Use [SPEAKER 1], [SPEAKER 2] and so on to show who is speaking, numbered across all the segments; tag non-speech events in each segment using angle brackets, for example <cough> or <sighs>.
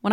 [SPEAKER 1] When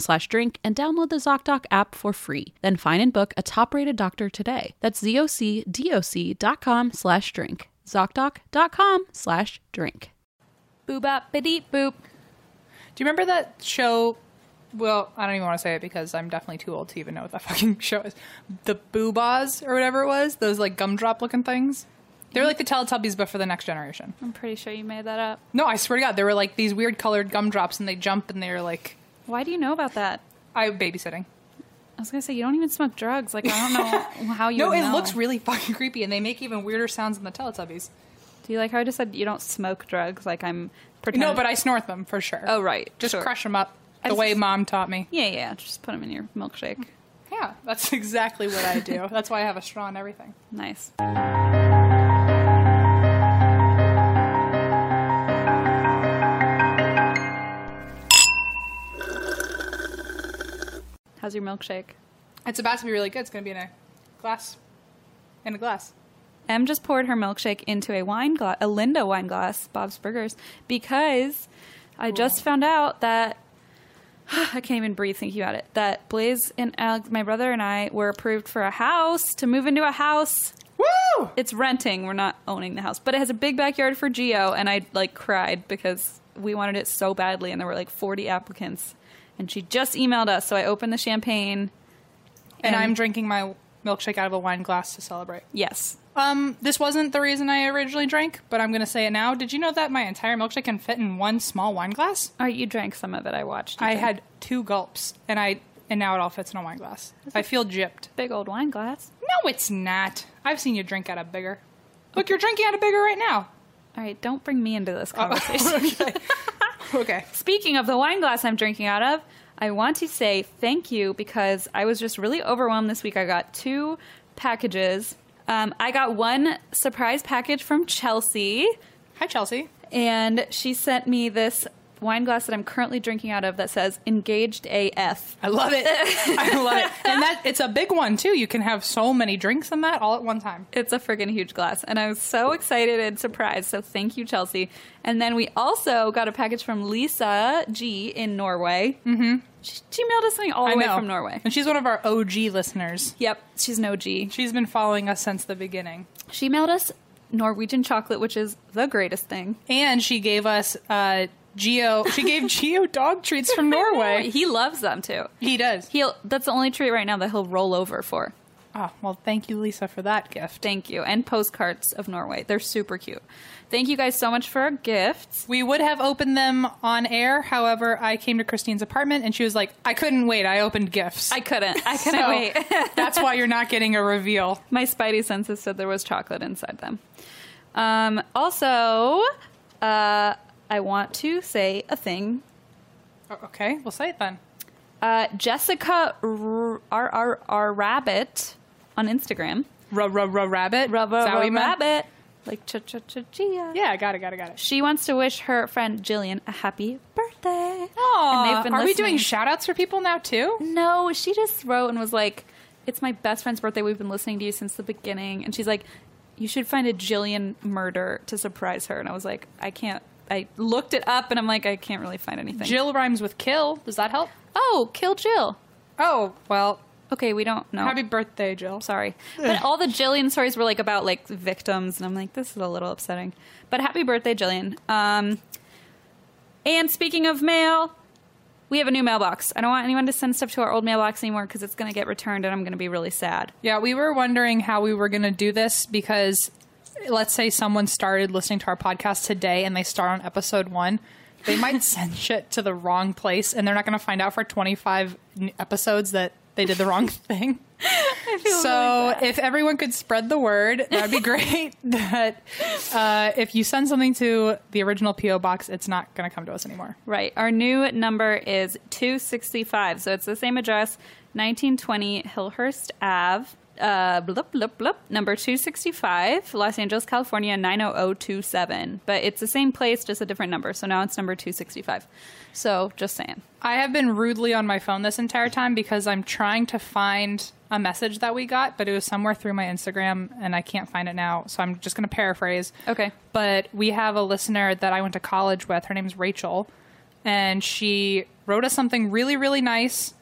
[SPEAKER 1] slash drink and download the ZocDoc app for free. Then find and book a top-rated doctor today. That's zocdoc.com slash drink. ZocDoc.com slash drink.
[SPEAKER 2] Boop up, bideep boop.
[SPEAKER 3] Do you remember that show? Well, I don't even want to say it because I'm definitely too old to even know what that <laughs> fucking show is. The Boobas or whatever it was, those like gumdrop looking things. They were like the Teletubbies, but for the next generation.
[SPEAKER 2] I'm pretty sure you made that up.
[SPEAKER 3] No, I swear to God, they were like these weird colored gumdrops, and they jump, and they're like
[SPEAKER 2] Why do you know about that?
[SPEAKER 3] I babysitting.
[SPEAKER 2] I was gonna say you don't even smoke drugs. Like I don't know how you.
[SPEAKER 3] No,
[SPEAKER 2] would
[SPEAKER 3] it
[SPEAKER 2] know.
[SPEAKER 3] looks really <laughs> fucking creepy, and they make even weirder sounds than the Teletubbies.
[SPEAKER 2] Do you like how I just said you don't smoke drugs? Like I'm pretending.
[SPEAKER 3] No, but I snort them for sure.
[SPEAKER 2] Oh right,
[SPEAKER 3] just
[SPEAKER 2] sure.
[SPEAKER 3] crush them up the
[SPEAKER 2] just-
[SPEAKER 3] way mom taught me.
[SPEAKER 2] Yeah, yeah. Just put them in your milkshake.
[SPEAKER 3] Yeah, that's <laughs> exactly what I do. that's why I have a straw and everything.
[SPEAKER 2] Nice. How's your milkshake?
[SPEAKER 3] It's about to be really good. It's going to be in a glass, in a glass.
[SPEAKER 2] Em just poured her milkshake into a wine glass, a Linda wine glass, Bob's Burgers, because I just found out that <sighs> I can't even breathe thinking about it. That Blaze and Alex, my brother and I, were approved for a house to move into a house.
[SPEAKER 3] Woo!
[SPEAKER 2] It's renting. We're not owning the house, but it has a big backyard for Geo, and I like cried because we wanted it so badly, and there were like forty applicants, and she just emailed us. So I opened the champagne.
[SPEAKER 3] And
[SPEAKER 2] And-
[SPEAKER 3] I'm drinking my milkshake out of a wine glass to celebrate.
[SPEAKER 2] Yes,
[SPEAKER 3] Um, this wasn't the reason I originally drank, but I'm going to say it now. Did you know that my entire milkshake can fit in one small wine glass?
[SPEAKER 2] all right, you drank some of it. I watched. You
[SPEAKER 3] I
[SPEAKER 2] drank
[SPEAKER 3] had two gulps, and I and now it all fits in a wine glass. I feel gypped.
[SPEAKER 2] a big old wine glass.
[SPEAKER 3] No, it's not. I've seen you drink out of bigger. Look, you're drinking out of bigger right now. <laughs>
[SPEAKER 2] All right, don't bring me into
[SPEAKER 3] Oh.
[SPEAKER 2] this conversation.
[SPEAKER 3] Okay.
[SPEAKER 2] Speaking of the wine glass I'm drinking out of, I want to say thank you because I was just really overwhelmed this week. I got two packages. Um, I got one surprise package from Chelsea,
[SPEAKER 3] Hi, Chelsea.
[SPEAKER 2] and she sent me this wine glass that I'm currently drinking out of that says engaged AF.
[SPEAKER 3] I love it. I love it. And that it's a big one too. You can have so many drinks in that all at one time.
[SPEAKER 2] It's a freaking huge glass. And I was so excited and surprised. So thank you, Chelsea. And then we also got a package from Lisa G in Norway. Mm-hmm. She, she mailed us something all the
[SPEAKER 3] I
[SPEAKER 2] way
[SPEAKER 3] know.
[SPEAKER 2] from Norway.
[SPEAKER 3] And she's one of our OG listeners.
[SPEAKER 2] Yep, she's no G.
[SPEAKER 3] She's been following us since the beginning.
[SPEAKER 2] She mailed us Norwegian chocolate, which is the greatest thing.
[SPEAKER 3] And she gave us uh, Geo. She
[SPEAKER 2] <laughs>
[SPEAKER 3] gave Geo dog treats from Norway.
[SPEAKER 2] He loves them too.
[SPEAKER 3] He does.
[SPEAKER 2] He'll that's the only treat right now that he'll roll over for.
[SPEAKER 3] oh, well, thank you, Lisa, for that gift.
[SPEAKER 2] Thank you. And postcards of Norway. They're super cute. Thank you guys so much for our gifts.
[SPEAKER 3] We would have opened them on air. However, I came to Christine's apartment and she was like, I couldn't wait. I opened gifts.
[SPEAKER 2] I couldn't. <laughs> I couldn't
[SPEAKER 3] So,
[SPEAKER 2] wait. <laughs>
[SPEAKER 3] that's why you're not getting a reveal.
[SPEAKER 2] My spidey senses said there was chocolate inside them. Um, also, uh, I want to say a thing.
[SPEAKER 3] O- Okay, we'll say it then.
[SPEAKER 2] Uh, Jessica R R R Rabbit on Instagram.
[SPEAKER 3] Ra ra ra rabbit.
[SPEAKER 2] Rubber
[SPEAKER 3] Is that what you meant?
[SPEAKER 2] Rabbit. Like cha cha cha chia.
[SPEAKER 3] Yeah, got it, got it, got it.
[SPEAKER 2] She wants to wish her friend Jillian a happy birthday.
[SPEAKER 3] Aw,
[SPEAKER 2] And they've been
[SPEAKER 3] are we doing
[SPEAKER 2] listening.
[SPEAKER 3] shout outs for people now too?
[SPEAKER 2] No, she just wrote and was like, "It's my best friend's birthday. We've been listening to you since the beginning." And she's like, "You should find a Jillian murder to surprise her." And I was like, "I can't." I looked it up and I'm like, "I can't really find anything."
[SPEAKER 3] Jill rhymes with kill. Does that help?
[SPEAKER 2] Oh, kill Jill.
[SPEAKER 3] Oh, well,
[SPEAKER 2] Okay, we don't know.
[SPEAKER 3] happy birthday, Jill.
[SPEAKER 2] Sorry, but all the Jillian stories were like about like victims, and I'm like, this is a little upsetting. But happy birthday, Jillian. Um, and speaking of mail, we have a new mailbox. I don't want anyone to send stuff to our old mailbox anymore because it's going to get returned, and I'm going to be really sad.
[SPEAKER 3] Yeah, we were wondering how we were going to do this because let's say someone started listening to our podcast today and they start on episode one. They might send shit to the wrong place and they're not going to find out for 25 n- episodes that they did the wrong thing. So, if everyone could spread the word, that'd be great. that uh, if you send something to the original PO box, it's not going to come to us anymore.
[SPEAKER 2] Right. Our new number is 265. So it's the same address, 1920 Hillhurst Ave, uh, blup, blup, blup, number 265, Los Angeles, California, 90027. But it's the same place, just a different number. So now it's number 265. So just saying.
[SPEAKER 3] I have been rudely on my phone this entire time because I'm trying to find a message that we got, but it was somewhere through my Instagram and I can't find it now. So I'm just going to paraphrase.
[SPEAKER 2] Okay.
[SPEAKER 3] But we have a listener that I went to college with. Her name's Rachel. And she wrote us something really, really nice.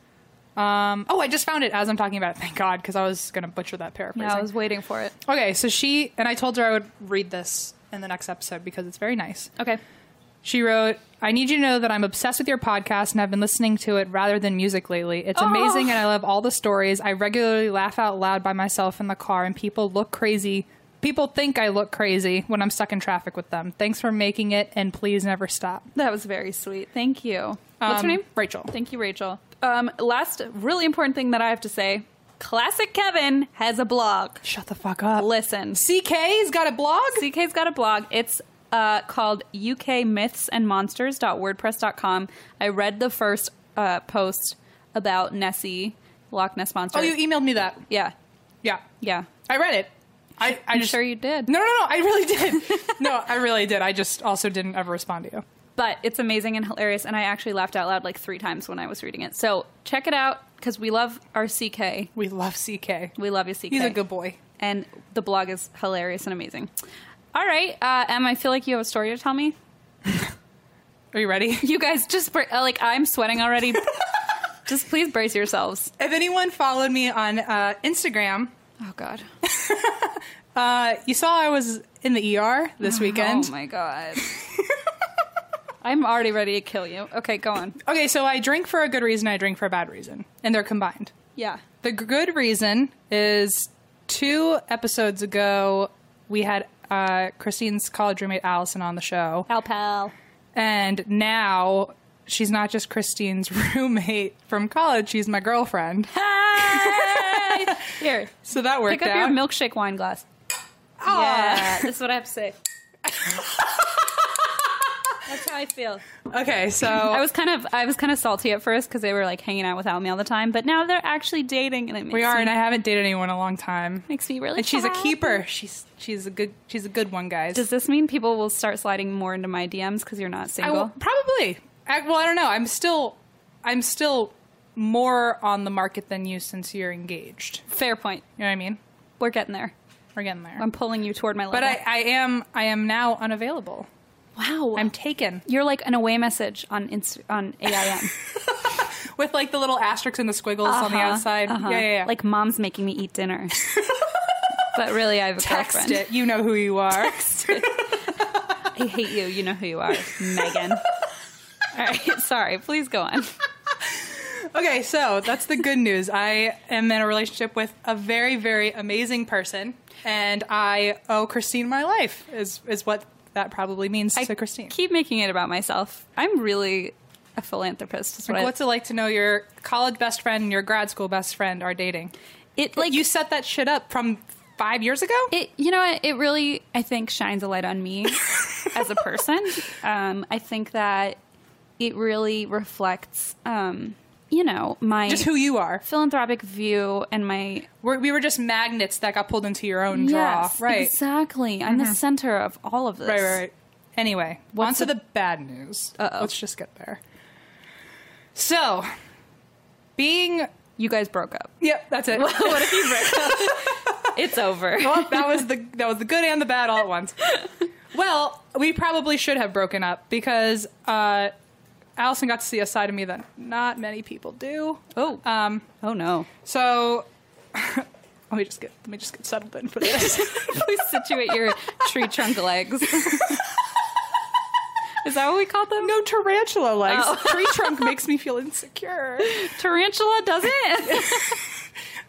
[SPEAKER 3] Um, oh, I just found it as I'm talking about it. Thank God, because I was going to butcher that paraphrasing.
[SPEAKER 2] Yeah, I was waiting for it.
[SPEAKER 3] okay, so she, and I told her I would read this in the next episode because it's very nice.
[SPEAKER 2] Okay.
[SPEAKER 3] She wrote, I need you to know that I'm obsessed with your podcast and I've been listening to it rather than music lately. It's amazing and I love all the stories. I regularly laugh out loud by myself in the car and people look crazy. People think I look crazy when I'm stuck in traffic with them. Thanks for making it and please never stop.
[SPEAKER 2] That was very sweet. Thank you.
[SPEAKER 3] Um,
[SPEAKER 2] What's her name?
[SPEAKER 3] Rachel.
[SPEAKER 2] Thank you, Rachel. Um, last really important thing that I have to say Classic Kevin has a blog.
[SPEAKER 3] Shut the fuck up.
[SPEAKER 2] Listen.
[SPEAKER 3] CK's got a blog?
[SPEAKER 2] CK's got a blog. It's uh, called ukmythsandmonsters.wordpress.com. I read the first uh, post about Nessie, Loch Ness monster.
[SPEAKER 3] oh, you emailed me that.
[SPEAKER 2] yeah,
[SPEAKER 3] Yeah.
[SPEAKER 2] yeah.
[SPEAKER 3] I read it. I, I
[SPEAKER 2] I'm
[SPEAKER 3] just.
[SPEAKER 2] sure you did.
[SPEAKER 3] no, no, no. I really <laughs> did. no, I really did. I just also didn't ever respond to you.
[SPEAKER 2] But it's amazing and hilarious, and I actually laughed out loud like three times when I was reading it. So check it out because we love our CK.
[SPEAKER 3] We love CK.
[SPEAKER 2] We love you, CK.
[SPEAKER 3] He's a good boy.
[SPEAKER 2] And the blog is hilarious and amazing. All right, uh, Em, I feel like you have a story to tell me.
[SPEAKER 3] Are you ready? <laughs>
[SPEAKER 2] You guys just bra- uh, like I'm sweating already. just please brace yourselves.
[SPEAKER 3] If anyone followed me on uh, Instagram,
[SPEAKER 2] Oh God.
[SPEAKER 3] uh, you saw I was in the ER this weekend.
[SPEAKER 2] Oh my <laughs> god. I'm already ready to kill you. Okay, go on.
[SPEAKER 3] Okay, so I drink for a good reason, I drink for a bad reason, and they're combined.
[SPEAKER 2] Yeah.
[SPEAKER 3] The g- good reason is two episodes ago, we had uh, Christine's college roommate Allison on the show,
[SPEAKER 2] Al pal.
[SPEAKER 3] and now she's not just Christine's <laughs> roommate from college, she's my girlfriend.
[SPEAKER 2] Hey! <laughs> Here.
[SPEAKER 3] So that worked
[SPEAKER 2] Pick up your
[SPEAKER 3] out.
[SPEAKER 2] milkshake wine glass. Ah!
[SPEAKER 3] Aw.
[SPEAKER 2] Yeah. This is what I have to <laughs> say. That's how I feel.
[SPEAKER 3] Okay, so
[SPEAKER 2] <laughs> I was kind of I was kind of salty at first because they were like hanging out without me all the time, but now they're actually dating and it makes
[SPEAKER 3] we are,
[SPEAKER 2] me,
[SPEAKER 3] and I haven't dated anyone in a long time.
[SPEAKER 2] makes me really
[SPEAKER 3] and she's a
[SPEAKER 2] happy.
[SPEAKER 3] keeper. She's she's a good she's a good one, guys.
[SPEAKER 2] Does this mean people will start sliding more into my DMs because you're not
[SPEAKER 3] I
[SPEAKER 2] single?
[SPEAKER 3] will, probably. I, well, I don't know. I'm still I'm still more on the market than you since you're engaged.
[SPEAKER 2] Fair point.
[SPEAKER 3] You know what I mean?
[SPEAKER 2] We're getting there.
[SPEAKER 3] We're getting there.
[SPEAKER 2] I'm pulling you toward my level.
[SPEAKER 3] but I, I am I am now unavailable.
[SPEAKER 2] wow,
[SPEAKER 3] I'm taken
[SPEAKER 2] You're like an away message on Inst- on <laughs> AIM.
[SPEAKER 3] with like
[SPEAKER 2] Uh-huh,
[SPEAKER 3] the little asterisks and the squiggles on the outside. Yeah, yeah, yeah.
[SPEAKER 2] <laughs> Like mom's making me eat dinner. But really, I have a
[SPEAKER 3] Text
[SPEAKER 2] girlfriend.
[SPEAKER 3] it. You know who you
[SPEAKER 2] <laughs>
[SPEAKER 3] are.
[SPEAKER 2] I hate you. You know who you are, <laughs> Megan. All right, <laughs> sorry. Please go on.
[SPEAKER 3] okay, so that's the good news. I am in a relationship with a very, very amazing person, and I owe Christine my life. Is is what that probably means
[SPEAKER 2] I
[SPEAKER 3] to Christine.
[SPEAKER 2] keep making it about myself. I'm really a philanthropist. Is what
[SPEAKER 3] Like,
[SPEAKER 2] I-
[SPEAKER 3] what's it like to know your college best friend and your grad school best friend are dating?
[SPEAKER 2] it like?
[SPEAKER 3] you set that shit up from five years ago.
[SPEAKER 2] it you know what? it really i think shines a light on
[SPEAKER 3] <laughs>
[SPEAKER 2] me as a person um, i think that it really reflects um, you know my
[SPEAKER 3] Just who you are.
[SPEAKER 2] philanthropic view and my
[SPEAKER 3] We're, we were just magnets that got pulled into your own draw. right.
[SPEAKER 2] exactly i'm the center of all of this
[SPEAKER 3] Right, right, right. Anyway,
[SPEAKER 2] What's
[SPEAKER 3] on to
[SPEAKER 2] the-
[SPEAKER 3] the bad news.
[SPEAKER 2] Uh-oh.
[SPEAKER 3] Let's just get there. So, being
[SPEAKER 2] you guys broke up
[SPEAKER 3] yep, that's <laughs> it.
[SPEAKER 2] <laughs> what if you break up <laughs> it's over
[SPEAKER 3] Well, that was the that was the good and the bad all at once. Well, we probably should have broken up because uh, Allison got to see a side of me that not many people do.
[SPEAKER 2] oh
[SPEAKER 3] Um,
[SPEAKER 2] oh <laughs> no
[SPEAKER 3] so <laughs> let me just get let me just get settled in for this.
[SPEAKER 2] please situate your tree trunk <laughs> legs is that what we call
[SPEAKER 3] <laughs>
[SPEAKER 2] them
[SPEAKER 3] no tarantula legs. Tree trunk makes me feel insecure.
[SPEAKER 2] tarantula doesn't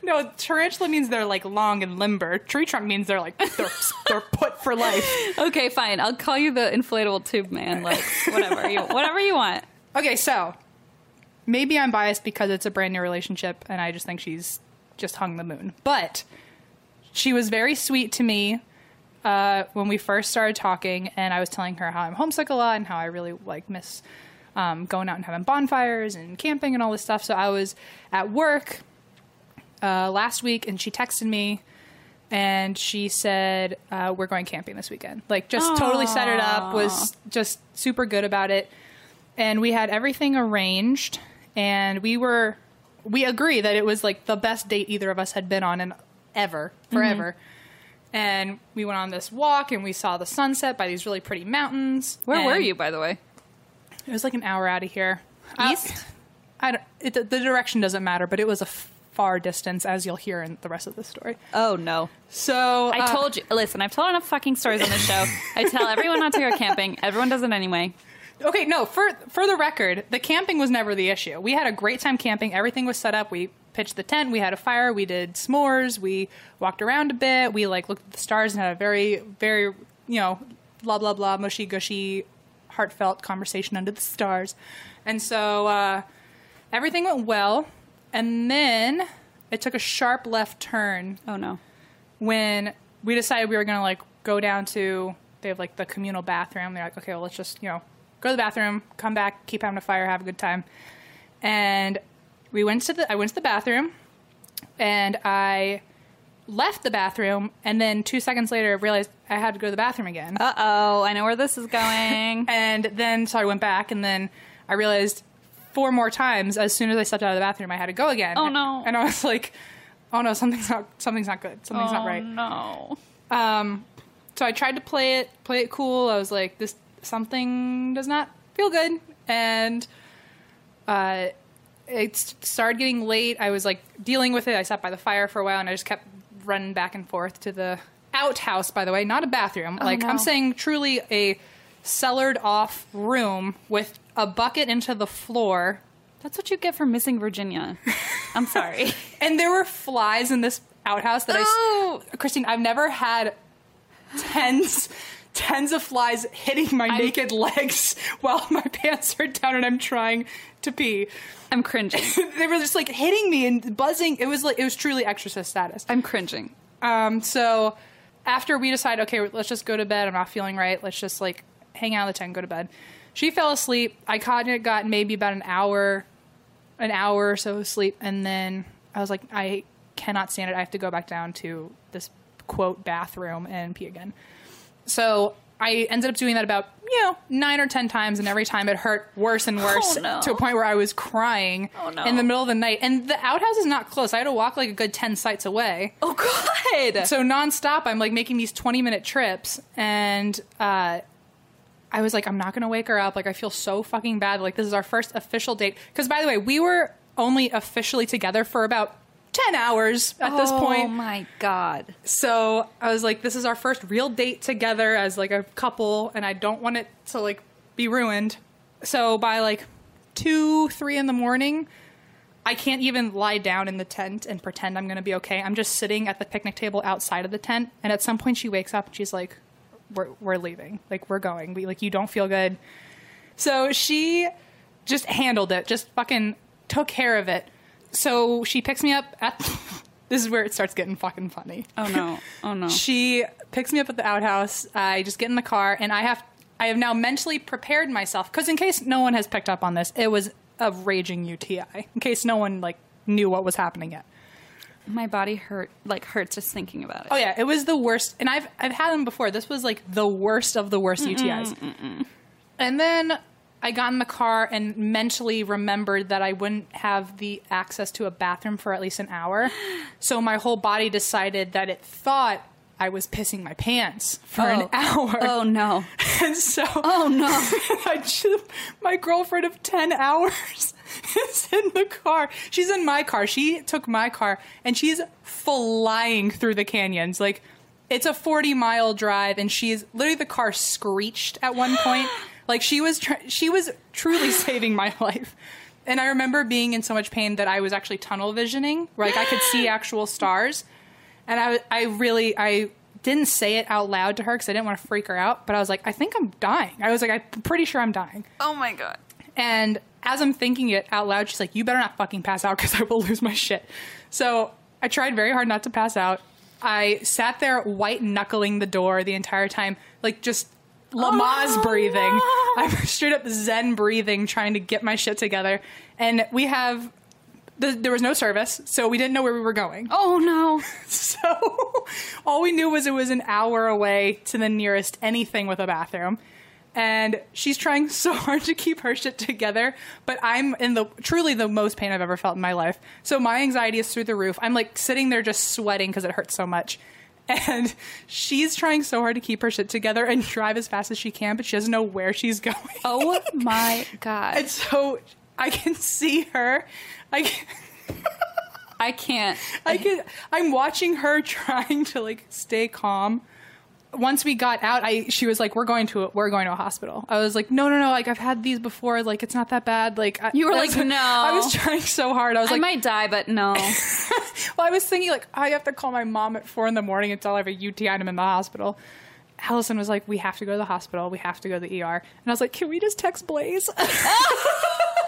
[SPEAKER 3] No, tarantula means they're like long and limber. Tree trunk means they're like they're, they're put for life.
[SPEAKER 2] <laughs> Okay, fine. I'll call you the inflatable tube man. Like whatever you whatever you want.
[SPEAKER 3] Okay, so maybe I'm biased because it's a brand new relationship and I just think she's just hung the moon. But she was very sweet to me uh, when we first started talking, and I was telling her how I'm homesick a lot and how I really like miss um, going out and having bonfires and camping and all this stuff. So I was at work uh, last week, and she texted me. And she said, uh, "We're going camping this weekend." Like, just totally set it up. Was just super good about it. and we had everything arranged and we were we agree that it was like the best date either of us had been on in ever
[SPEAKER 2] Mm-hmm.
[SPEAKER 3] forever and we went on this walk and we saw the sunset by these really pretty mountains
[SPEAKER 2] Where were
[SPEAKER 3] and
[SPEAKER 2] you, by the way?
[SPEAKER 3] it was like an hour out of here
[SPEAKER 2] East?
[SPEAKER 3] i, I don't, it, the the direction doesn't matter but it was a f- far distance as you'll hear in the rest of the story
[SPEAKER 2] Oh no!
[SPEAKER 3] so
[SPEAKER 2] I
[SPEAKER 3] uh,
[SPEAKER 2] told you. Listen, I've told enough fucking stories on this show. I tell everyone not to go camping. Everyone does it anyway.
[SPEAKER 3] Okay, no, for for the record, the camping was never the issue. We had a great time camping. Everything was set up. We pitched the tent, we had a fire, we did s'mores, we walked around a bit, we like looked at the stars and had a very very, you know, blah blah blah mushy gushy heartfelt conversation under the stars. And so uh everything went well, and then it took a sharp left turn
[SPEAKER 2] Oh no!
[SPEAKER 3] when we decided we were gonna like go down to they have like the communal bathroom. They're like, okay, well let's just you know go to the bathroom, come back, keep having a fire, have a good time. And we went to the I went to the bathroom, and I left the bathroom, and then two seconds later realized I had to go to the bathroom again.
[SPEAKER 2] Uh oh! I know where this is <laughs> going.
[SPEAKER 3] And then, so I went back, and then I realized four more times as soon as I stepped out of the bathroom, I had to go again.
[SPEAKER 2] Oh, no.
[SPEAKER 3] And I was like, oh no, something's not something's not good. Something's not
[SPEAKER 2] Oh,
[SPEAKER 3] right.
[SPEAKER 2] No.
[SPEAKER 3] Um, so I tried to play it, play it cool. I was like, this something does not feel good, and uh, it s- started getting late. I was like dealing with it. I sat by the fire for a while, and I just kept running back and forth to the outhouse. By the way, not a bathroom. like
[SPEAKER 2] no.
[SPEAKER 3] I'm saying, truly a cellared off room with a bucket into the floor
[SPEAKER 2] That's what you get for missing Virginia. I'm <laughs> sorry.
[SPEAKER 3] and there were flies in this outhouse that
[SPEAKER 2] Oh.
[SPEAKER 3] I, s- Christine, I've never had tens, tens of flies hitting my naked legs <laughs> while my pants are down and I'm trying to pee.
[SPEAKER 2] I'm cringing.
[SPEAKER 3] They were just like hitting me and buzzing. It was like it was truly exorcist status.
[SPEAKER 2] I'm cringing.
[SPEAKER 3] Um, so after we decide, okay, let's just go to bed. I'm not feeling right. Let's just like hang out at the tent, go to bed. She fell asleep. I caught it, got maybe about an hour, an hour or so of sleep, and then I was like, I cannot stand it. I have to go back down to this quote bathroom and pee again. So I ended up doing that about you know nine or ten times, and every time it hurt worse and worse
[SPEAKER 2] Oh, no.
[SPEAKER 3] to a point where I was crying
[SPEAKER 2] Oh, no.
[SPEAKER 3] in the middle of the night. And the outhouse is not close. I had to walk like a good ten sites away.
[SPEAKER 2] Oh God!
[SPEAKER 3] So nonstop, I'm like making these 20 minute trips, and uh, I was like, I'm not gonna wake her up. Like, I feel so fucking bad. Like, this is our first official date. Because by the way, we were only officially together for about 10 hours at this
[SPEAKER 2] Oh
[SPEAKER 3] point.
[SPEAKER 2] my god.
[SPEAKER 3] So I was like, this is our first real date together as like a couple, and I don't want it to like be ruined. So by like two, three in the morning, I can't even lie down in the tent and pretend I'm gonna be okay. I'm just sitting at the picnic table outside of the tent, and at some point she wakes up and she's like, "We're we're leaving. Like we're going. We like you don't feel good." So she just handled it, just fucking took care of it. So she picks me up at. <laughs> this is where it starts getting fucking funny.
[SPEAKER 2] Oh no. Oh <laughs> no.
[SPEAKER 3] She picks me up at the outhouse. I just get in the car, and I have I have now mentally prepared myself because in case no one has picked up on this, it was a raging UTI. In case no one like knew what was happening yet.
[SPEAKER 2] my body hurt like hurts just thinking about it.
[SPEAKER 3] Oh yeah, it was the worst, and I've I've had them before. This was like the worst of the worst UTIs. And then I got in the car and mentally remembered that I wouldn't have the access to a bathroom for at least an
[SPEAKER 2] <gasps>
[SPEAKER 3] hour. So my whole body decided that it thought I was pissing my pants for an
[SPEAKER 2] Oh.
[SPEAKER 3] hour.
[SPEAKER 2] Oh no.
[SPEAKER 3] <laughs> And so
[SPEAKER 2] Oh no.
[SPEAKER 3] <laughs> I just, my girlfriend of 10 hours <laughs> is in the car. She's in my car. She took my car and she's flying through the canyons. Like, it's a 40 mile drive and she's literally the car screeched at one point. like, she was, tr- she was truly saving my life. And I remember being in so much pain that I was actually tunnel visioning, where like I could see actual stars. And I, I really, I didn't say it out loud to her because I didn't want to freak her out. But I was like, I think I'm dying. I was like, I'm pretty sure I'm dying.
[SPEAKER 2] Oh my god.
[SPEAKER 3] And as I'm thinking it out loud, she's like, You better not fucking pass out because I will lose my shit. So I tried very hard not to pass out. I sat there white knuckling the door the entire time, like just Lamaze
[SPEAKER 2] Oh,
[SPEAKER 3] breathing. <laughs> I'm straight up Zen breathing, trying to get my shit together. And we have, th- there was no service, so we didn't know where we were going.
[SPEAKER 2] Oh no.
[SPEAKER 3] <laughs> So all we knew was it was an hour away to the nearest anything with a bathroom. And she's trying <laughs> so hard to keep her shit together, but I'm in the truly the most pain I've ever felt in my life. So my anxiety is through the roof. I'm like sitting there just sweating because it hurts so much. <laughs> And she's trying so hard to keep her shit together and drive as fast as she can, but she doesn't know where she's <laughs> going.
[SPEAKER 2] <laughs> Oh my god.
[SPEAKER 3] And so I can see her. I can,
[SPEAKER 2] I can't.
[SPEAKER 3] I can, I'm watching her <laughs> trying to like stay calm. Once we got out, I she was like, "We're going to a, we're going to a hospital." I was like, "No, no, no! Like I've had these before. Like it's not that bad." Like <laughs> I,
[SPEAKER 2] You were
[SPEAKER 3] that
[SPEAKER 2] like,
[SPEAKER 3] was-
[SPEAKER 2] "No."
[SPEAKER 3] I was trying so hard. I was
[SPEAKER 2] I
[SPEAKER 3] like,
[SPEAKER 2] might die, but no.
[SPEAKER 3] "Well, I was thinking like I have to call my mom at four in the morning and tell her I have a UTI and I'm in the hospital." Allison was like, "We have to go to the hospital. We have to go to the ER." And I was like, "Can we just text Blaze?"
[SPEAKER 2] <laughs>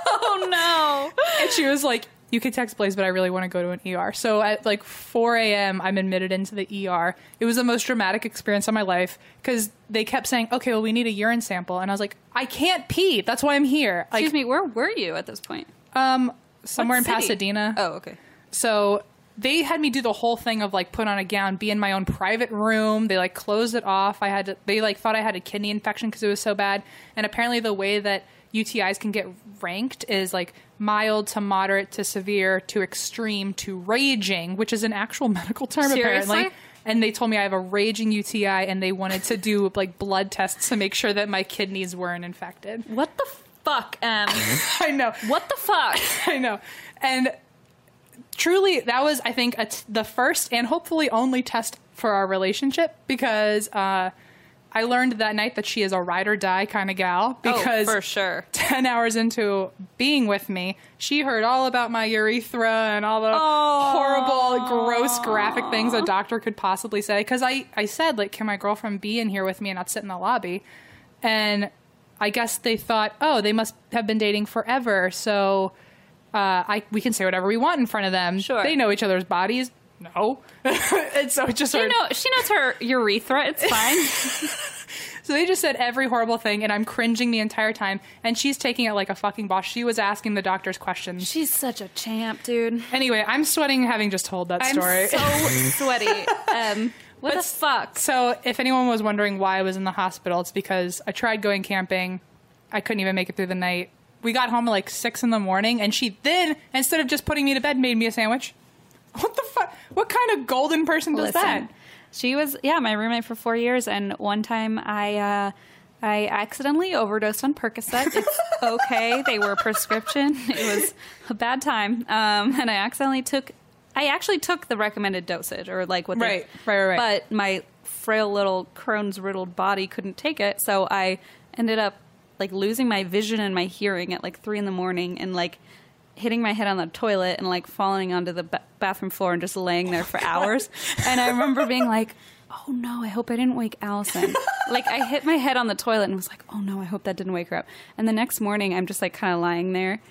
[SPEAKER 2] oh no.
[SPEAKER 3] and she was like, "You can text Blaze, but I really want to go to an ER." So at like 4 a.m., I'm admitted into the ER. It was the most dramatic experience of my life because they kept saying, "Okay, well, we need a urine sample," and I was like, "I can't pee. That's why I'm here." Like,
[SPEAKER 2] Excuse me, where were you at this point?
[SPEAKER 3] um, somewhere in
[SPEAKER 2] What city?
[SPEAKER 3] Pasadena.
[SPEAKER 2] Oh, okay.
[SPEAKER 3] So they had me do the whole thing of like put on a gown, be in my own private room. They like closed it off. I had to, they like thought I had a kidney infection because it was so bad. And apparently the way that UTIs can get ranked is like mild to moderate to severe to extreme to raging, which is an actual <laughs> medical term apparently.
[SPEAKER 2] Seriously?
[SPEAKER 3] And they told me I have a raging UTI and they wanted to do like blood tests to make sure that my kidneys weren't infected.
[SPEAKER 2] What the fuck, <laughs> Em? Oh,
[SPEAKER 3] <laughs> I know.
[SPEAKER 2] what the fuck?
[SPEAKER 3] <laughs> I know. And truly, that was, I think, a t- the first and hopefully only test for our relationship because uh, I learned that night that she is a ride or die kind of gal. Because
[SPEAKER 2] oh, for sure.
[SPEAKER 3] 10 hours into being with me, she heard all about my urethra and all the horrible, gross, graphic things a doctor could possibly say. Because I, I said, like, can my girlfriend be in here with me and not sit in the lobby? And I guess they thought, oh, they must have been dating forever. So uh, I, we can say whatever we want in front of them.
[SPEAKER 2] Sure.
[SPEAKER 3] They know each other's bodies. No. <laughs> and so it just
[SPEAKER 2] She,
[SPEAKER 3] sort of-
[SPEAKER 2] know, she knows her urethra. It's fine.
[SPEAKER 3] so they just said every horrible thing, and I'm cringing the entire time. And she's taking it like a fucking boss. She was asking the doctors questions.
[SPEAKER 2] <laughs> She's such a champ, dude.
[SPEAKER 3] Anyway, I'm sweating having just told that story.
[SPEAKER 2] I'm so <laughs> sweaty. Um, what the
[SPEAKER 3] <laughs>
[SPEAKER 2] fuck?
[SPEAKER 3] so, if anyone was wondering why I was in the hospital, it's because I tried going camping. I couldn't even make it through the night. We got home at like six in the morning, and she then, instead of just putting me to bed, made me a sandwich. <laughs> What the fuck? What kind of golden person does
[SPEAKER 2] Listen,
[SPEAKER 3] that?
[SPEAKER 2] She was yeah my roommate for four years, and one time I uh, I accidentally overdosed on Percocet. It's <laughs> okay, they were prescription. It was a bad time, um, and I accidentally took I actually took the recommended dosage or like what
[SPEAKER 3] Right,
[SPEAKER 2] they,
[SPEAKER 3] right, right, right.
[SPEAKER 2] But my frail little Crohn's riddled body couldn't take it, so I ended up like losing my vision and my hearing at like three in the morning and like hitting my head on the toilet and like falling onto the ba- bathroom floor and just laying
[SPEAKER 3] <laughs>
[SPEAKER 2] there for
[SPEAKER 3] Oh,
[SPEAKER 2] hours. And I remember being like, "Oh no, I hope I didn't wake
[SPEAKER 3] <laughs>
[SPEAKER 2] Allison." like I hit my head on the toilet and was like, "Oh no, I hope that didn't wake her up." And the next morning, I'm just like kind of lying there.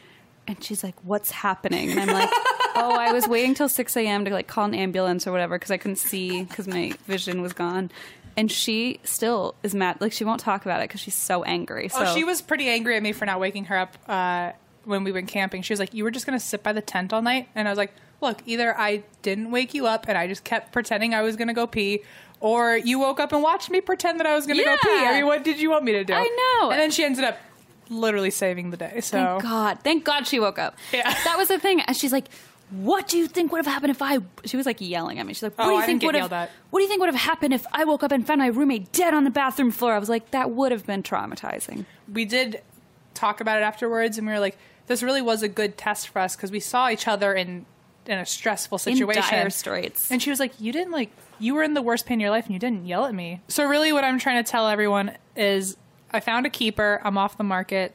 [SPEAKER 2] And she's like, "What's happening?" And I'm like, <laughs> "Oh, I was waiting till 6 a.m. to like call an ambulance or whatever because I couldn't see because my vision was gone." And she still is mad. Like she won't talk about it because she's so angry. So
[SPEAKER 3] Oh, she was pretty angry at me for not waking her up uh, when we went camping. She was like, "You were just gonna sit by the tent all night," and I was like, "Look, either I didn't wake you up and I just kept pretending I was gonna go pee." Or you woke up and watched me pretend that I was going to go pee.
[SPEAKER 2] Yeah.
[SPEAKER 3] I mean, what did you want me to do?
[SPEAKER 2] I know.
[SPEAKER 3] And then she ended up literally saving the day. So
[SPEAKER 2] Thank God. Thank God she woke up.
[SPEAKER 3] Yeah.
[SPEAKER 2] That was the thing. And she's like, what do you think would have happened if I? She was like yelling at me. She's like, "What
[SPEAKER 3] Oh,
[SPEAKER 2] do you
[SPEAKER 3] I didn't
[SPEAKER 2] think
[SPEAKER 3] get
[SPEAKER 2] would have?
[SPEAKER 3] yelled at.
[SPEAKER 2] What do you think would have happened if I woke up and found my roommate dead on the bathroom floor?" I was like, "That would have been traumatizing."
[SPEAKER 3] we did talk about it afterwards, and we were like, "This really was a good test for us because we saw each other in in a stressful situation,
[SPEAKER 2] In dire straits.
[SPEAKER 3] And she was like, "You didn't like you were in the worst pain of your life, and you didn't yell at me." So really, what I'm trying to tell everyone is, I found a keeper. I'm off the market.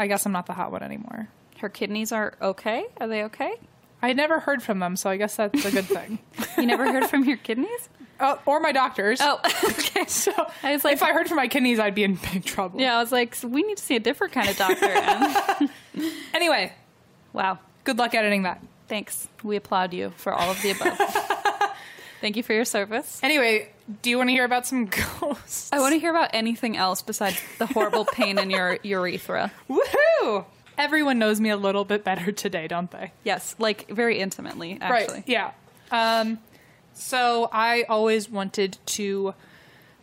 [SPEAKER 3] I guess I'm not the hot one anymore.
[SPEAKER 2] Her kidneys are okay. Are they okay?
[SPEAKER 3] I never heard from them, so I guess that's a
[SPEAKER 2] <laughs>
[SPEAKER 3] good thing.
[SPEAKER 2] You never heard from your kidneys?
[SPEAKER 3] oh, or my doctors.
[SPEAKER 2] <laughs> Oh, okay.
[SPEAKER 3] <laughs> so
[SPEAKER 2] I was like-
[SPEAKER 3] if I heard from my kidneys, I'd be in big trouble.
[SPEAKER 2] Yeah, I was like, "So we need to see a different kind of doctor. <laughs> Em."
[SPEAKER 3] Anyway,
[SPEAKER 2] wow.
[SPEAKER 3] good luck editing that.
[SPEAKER 2] Thanks. We applaud you for all of the <laughs> above. Thank you for your service.
[SPEAKER 3] Anyway, do you want to hear about some <laughs> ghosts?
[SPEAKER 2] I want to hear about anything else besides the horrible pain in your <laughs> urethra.
[SPEAKER 3] Woohoo! Everyone knows me a little bit better today, don't they?
[SPEAKER 2] Yes, like very intimately, actually.
[SPEAKER 3] Right. Yeah. Um, so I always wanted to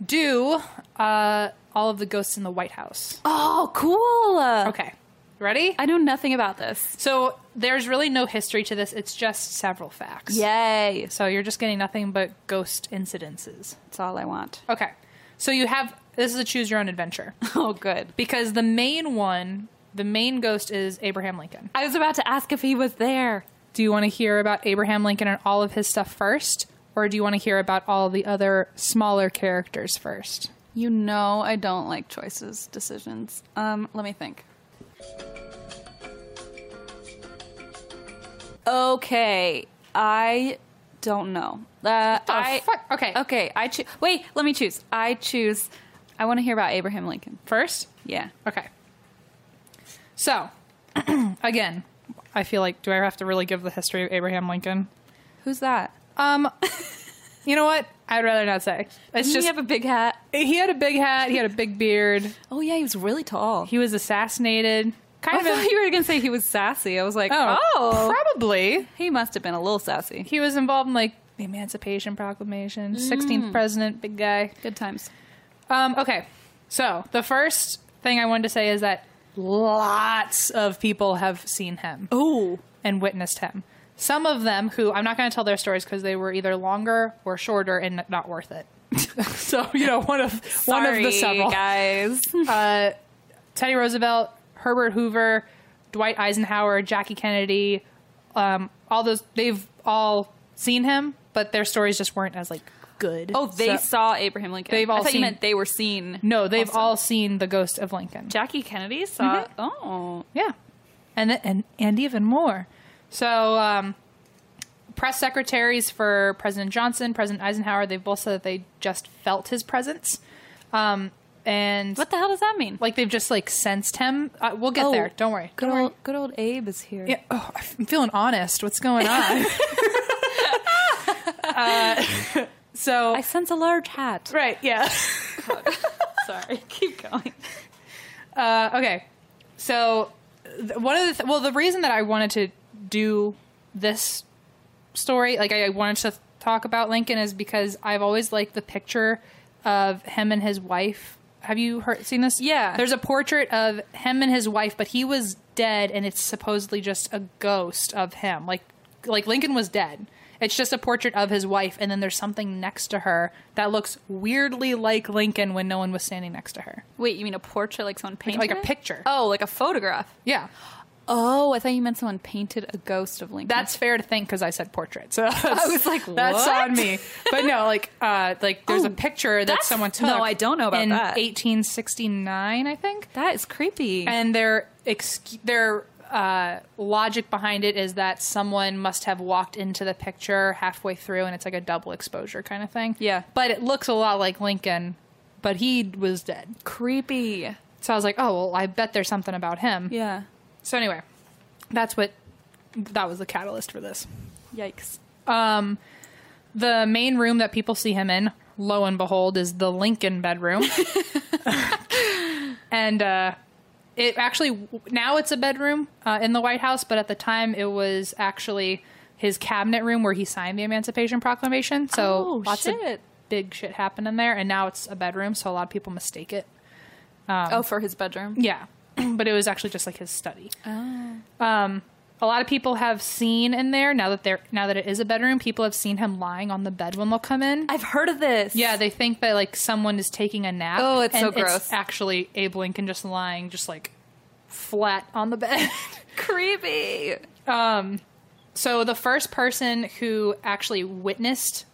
[SPEAKER 3] do uh, all of the ghosts in the White House.
[SPEAKER 2] Oh, cool.
[SPEAKER 3] Okay. Ready?
[SPEAKER 2] I know nothing about this.
[SPEAKER 3] So there's really no history to this. It's just several facts.
[SPEAKER 2] Yay.
[SPEAKER 3] So you're just getting nothing but ghost incidences.
[SPEAKER 2] That's all I want.
[SPEAKER 3] Okay. So you have this is a choose your own
[SPEAKER 2] <laughs>
[SPEAKER 3] adventure
[SPEAKER 2] Oh, good.
[SPEAKER 3] because the main one, the main ghost is Abraham Lincoln.
[SPEAKER 2] I was about to ask if he was there.
[SPEAKER 3] Do you want to hear about Abraham Lincoln and all of his stuff first, or do you want to hear about all the other smaller characters first?
[SPEAKER 2] You know, I don't like choices, decisions. Um, let me think. Okay, I don't know. Uh,
[SPEAKER 3] the
[SPEAKER 2] I,
[SPEAKER 3] fuck? Okay.
[SPEAKER 2] okay. I choose. Wait, let me choose. I choose. I want to hear about Abraham Lincoln.
[SPEAKER 3] First?
[SPEAKER 2] Yeah.
[SPEAKER 3] Okay. So, <clears throat> again, I feel like do I have to really give the history of Abraham Lincoln?
[SPEAKER 2] Who's that?
[SPEAKER 3] Um, <laughs> you know what? I'd rather not say. It's
[SPEAKER 2] Does
[SPEAKER 3] just
[SPEAKER 2] he have a big hat?
[SPEAKER 3] he had a big hat, he had a big beard,
[SPEAKER 2] Oh yeah, he was really tall.
[SPEAKER 3] he was assassinated. Kind
[SPEAKER 2] I
[SPEAKER 3] of.
[SPEAKER 2] thought
[SPEAKER 3] in-
[SPEAKER 2] you were gonna say he was sassy. I was like,
[SPEAKER 3] oh,
[SPEAKER 2] oh,
[SPEAKER 3] probably.
[SPEAKER 2] he must have been a little sassy.
[SPEAKER 3] He was involved in like the Emancipation Proclamation,
[SPEAKER 2] Mm.
[SPEAKER 3] 16th president, big guy.
[SPEAKER 2] Good times.
[SPEAKER 3] Um, okay, so the first thing I wanted to say is that lots of people have seen him
[SPEAKER 2] Oh,
[SPEAKER 3] and witnessed him. Some of them who I'm not going to tell their stories because they were either longer or shorter and not worth it. <laughs> so you know, one of one of the several.
[SPEAKER 2] guys.
[SPEAKER 3] Uh, Teddy Roosevelt, Herbert Hoover, Dwight Eisenhower, Jackie Kennedy, um, all those they've all seen him, but their stories just weren't as like good.
[SPEAKER 2] <laughs> Oh, they
[SPEAKER 3] So-
[SPEAKER 2] saw Abraham Lincoln.
[SPEAKER 3] They've all
[SPEAKER 2] I thought
[SPEAKER 3] seen-
[SPEAKER 2] you meant they were seen.
[SPEAKER 3] no, they've
[SPEAKER 2] also.
[SPEAKER 3] all seen the ghost of Lincoln.
[SPEAKER 2] Jackie Kennedy saw. Oh,
[SPEAKER 3] Yeah, and th- and and even more. So, um, press secretaries for President Johnson, President Eisenhower, they've both said that they just felt his presence, um, and
[SPEAKER 2] what the hell does that mean?
[SPEAKER 3] like they've just like sensed him. Uh, we'll get
[SPEAKER 2] Oh,
[SPEAKER 3] there. Don't worry.
[SPEAKER 2] Good
[SPEAKER 3] Don't worry.
[SPEAKER 2] old, good old Abe is here.
[SPEAKER 3] Yeah. Oh, I'm feeling honest. What's going <laughs> on? uh, <laughs> so
[SPEAKER 2] I sense a large hat.
[SPEAKER 3] right. Yeah.
[SPEAKER 2] Sorry, keep going.
[SPEAKER 3] Uh, okay. So th- one of the th- well, the reason that I wanted to do this story, like I I wanted to talk about Lincoln, is because I've always liked the picture of him and his wife. Have you heard seen this?
[SPEAKER 2] Yeah.
[SPEAKER 3] There's a portrait of him and his wife, but he was dead, and it's supposedly just a ghost of him. Like like Lincoln was dead. It's just a portrait of his wife, and then there's something next to her that looks weirdly like Lincoln when no one was standing next to her.
[SPEAKER 2] Wait, you mean a portrait like someone painted?
[SPEAKER 3] like a
[SPEAKER 2] it?
[SPEAKER 3] picture.
[SPEAKER 2] Oh, like a photograph.
[SPEAKER 3] Yeah.
[SPEAKER 2] Oh, I thought you meant someone painted a ghost of Lincoln.
[SPEAKER 3] That's fair to think because I said portrait. So <laughs>
[SPEAKER 2] I was like,
[SPEAKER 3] that's
[SPEAKER 2] what?
[SPEAKER 3] on me. But no, like, uh, like there's a
[SPEAKER 2] Oh,
[SPEAKER 3] picture that
[SPEAKER 2] that's-
[SPEAKER 3] someone took.
[SPEAKER 2] no, I don't know about
[SPEAKER 3] in
[SPEAKER 2] that.
[SPEAKER 3] 1869, I think.
[SPEAKER 2] that is creepy.
[SPEAKER 3] and their excu- their uh, logic behind it is that someone must have walked into the picture halfway through, and it's like a double exposure kind of thing.
[SPEAKER 2] Yeah.
[SPEAKER 3] but it looks a lot like Lincoln, but he was dead.
[SPEAKER 2] creepy.
[SPEAKER 3] So I was like, oh well, I bet there's something about him.
[SPEAKER 2] Yeah.
[SPEAKER 3] So anyway, that's what that was the catalyst for this.
[SPEAKER 2] Yikes.
[SPEAKER 3] The main room that people see him in, lo and behold, is the Lincoln
[SPEAKER 2] <laughs>
[SPEAKER 3] bedroom. and uh, it actually, now it's a bedroom uh, in the White House, but at the time it was actually his cabinet room where he signed the Emancipation Proclamation. So
[SPEAKER 2] Oh,
[SPEAKER 3] lots of
[SPEAKER 2] shit.
[SPEAKER 3] big shit happened in there. And now it's a bedroom, so a lot of people mistake it.
[SPEAKER 2] oh, for his bedroom.
[SPEAKER 3] Yeah, <clears throat> but it was actually just like his study. Um,
[SPEAKER 2] Oh.
[SPEAKER 3] a lot of people have seen in there now that they're now that it is a bedroom. People have seen him lying on the bed when they'll come in.
[SPEAKER 2] I've heard of this.
[SPEAKER 3] yeah, they think that like someone is taking a nap.
[SPEAKER 2] Oh, it's so
[SPEAKER 3] and
[SPEAKER 2] gross.
[SPEAKER 3] actually, Abe Lincoln just lying, just like flat on the
[SPEAKER 2] <laughs>
[SPEAKER 3] bed.
[SPEAKER 2] creepy.
[SPEAKER 3] so the first person who actually witnessed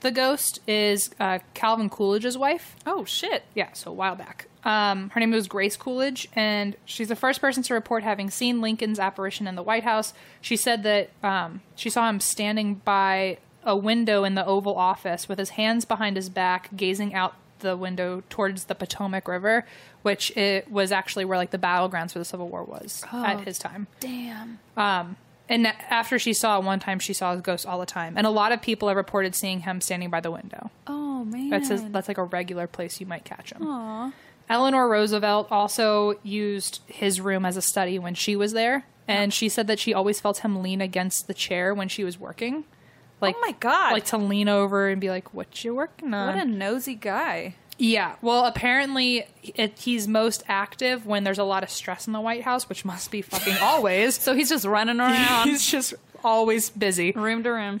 [SPEAKER 3] the ghost is uh, Calvin Coolidge's wife.
[SPEAKER 2] Oh shit.
[SPEAKER 3] yeah, so a while back. Um, her name was Grace Coolidge, and she's the first person to report having seen Lincoln's apparition in the White House. She said that um, she saw him standing by a window in the Oval Office with his hands behind his back, gazing out the window towards the Potomac River, which it was actually where like the battlegrounds for the Civil War was at his time.
[SPEAKER 2] Damn.
[SPEAKER 3] And a- after she saw it one time, she saw his ghost all the time, and a lot of people have reported seeing him standing by the window.
[SPEAKER 2] Oh man.
[SPEAKER 3] That's his, that's like a regular place you might catch him.
[SPEAKER 2] Aw.
[SPEAKER 3] Eleanor Roosevelt also used his room as a study when she was there, and she said that she always felt him lean against the chair when she was working. Like,
[SPEAKER 2] Oh my God.
[SPEAKER 3] Like to lean over and be like, "What you working on?"
[SPEAKER 2] What a nosy guy.
[SPEAKER 3] yeah. Well, apparently it, he's most active when there's a lot of stress in the White House, which must be <laughs> fucking always.
[SPEAKER 2] So he's just running around
[SPEAKER 3] he's just always busy.
[SPEAKER 2] room to room.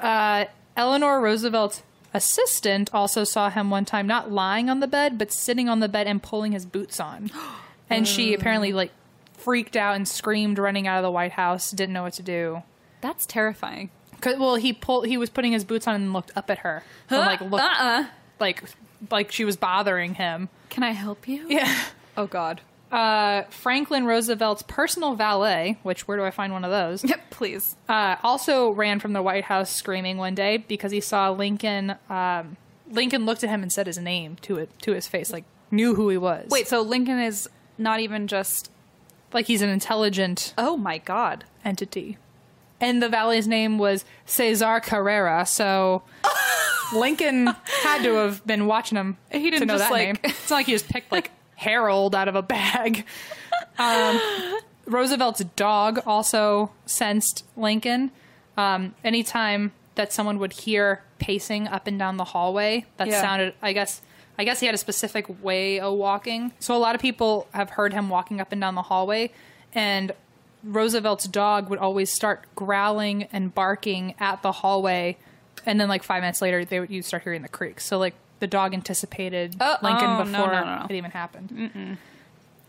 [SPEAKER 3] Uh, Eleanor Roosevelt's assistant also saw him one time, not lying on the bed, but sitting on the bed and pulling his boots <gasps> on. And she apparently like freaked out and screamed, running out of the White House, didn't know what to do.
[SPEAKER 2] That's terrifying.
[SPEAKER 3] 'Cause- well, he pulled. He was putting his boots on and looked up at her, and like looked
[SPEAKER 2] uh.
[SPEAKER 3] like like she was bothering him.
[SPEAKER 2] Can I help you?
[SPEAKER 3] Yeah.
[SPEAKER 2] Oh God.
[SPEAKER 3] Uh, Franklin Roosevelt's personal valet, which where do I find one of those?
[SPEAKER 2] <laughs>
[SPEAKER 3] <laughs>
[SPEAKER 2] Yep. Please.
[SPEAKER 3] uh, also ran from the White House screaming one day because he saw Lincoln. Um, Lincoln looked at him and said his name to it to his face, like knew who he was.
[SPEAKER 2] Wait. So Lincoln is not even just.
[SPEAKER 3] like he's an intelligent
[SPEAKER 2] Oh my God.
[SPEAKER 3] entity. And the valet's name was Cesar Carrera, <laughs> so Lincoln had to have been watching him.
[SPEAKER 2] He didn't
[SPEAKER 3] to know
[SPEAKER 2] just,
[SPEAKER 3] that
[SPEAKER 2] like-
[SPEAKER 3] name. <laughs> It's not like he just picked like Harold out of a <laughs> bag. Um, Roosevelt's dog also sensed Lincoln. Um, anytime that someone would hear pacing up and down the hallway, that
[SPEAKER 2] Yeah.
[SPEAKER 3] sounded. I guess. I guess he had a specific way of walking. So a lot of people have heard him walking up and down the hallway, and Roosevelt's dog would always start growling and barking at the hallway, and then like five minutes later, they would you start hearing the creaks. So like the dog anticipated
[SPEAKER 2] Oh,
[SPEAKER 3] Lincoln
[SPEAKER 2] oh, no,
[SPEAKER 3] before
[SPEAKER 2] no, no, no.
[SPEAKER 3] it even happened.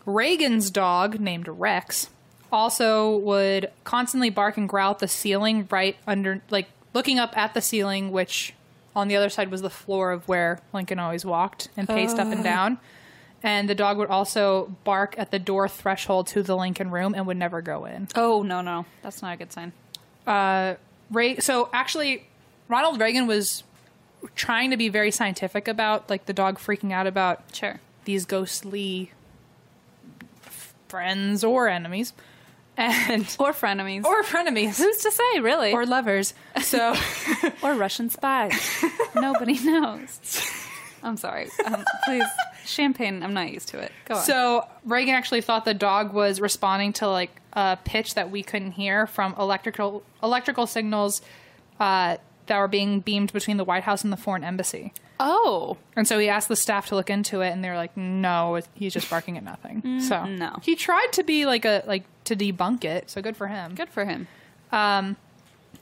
[SPEAKER 3] Reagan's dog, named Rex, also would constantly bark and growl at the ceiling, right under, like looking up at the ceiling, which on the other side was the floor of where Lincoln always walked and paced up
[SPEAKER 2] Uh.
[SPEAKER 3] and down. And the dog would also bark at the door threshold to the Lincoln room and would never go in.
[SPEAKER 2] Oh no no. That's not a good sign.
[SPEAKER 3] Re- so actually, Ronald Reagan was trying to be very scientific about like the dog freaking out about
[SPEAKER 2] Sure.
[SPEAKER 3] these ghostly f- friends or enemies and
[SPEAKER 2] <laughs> Or frenemies.
[SPEAKER 3] or frenemies
[SPEAKER 2] who's to say
[SPEAKER 3] <laughs>
[SPEAKER 2] really?
[SPEAKER 3] or lovers so
[SPEAKER 2] or Russian spies. <laughs> Nobody knows. I'm sorry. Um, please, champagne. I'm not used to it. Go on.
[SPEAKER 3] so reagan actually thought the dog was responding to like a pitch that we couldn't hear from electrical electrical signals uh, that were being beamed between the white house and the foreign embassy
[SPEAKER 2] oh,
[SPEAKER 3] and so he asked the staff to look into it and they're like no it- he's just barking at nothing so
[SPEAKER 2] no.
[SPEAKER 3] he tried to be like a like to debunk it so good for him
[SPEAKER 2] good for him.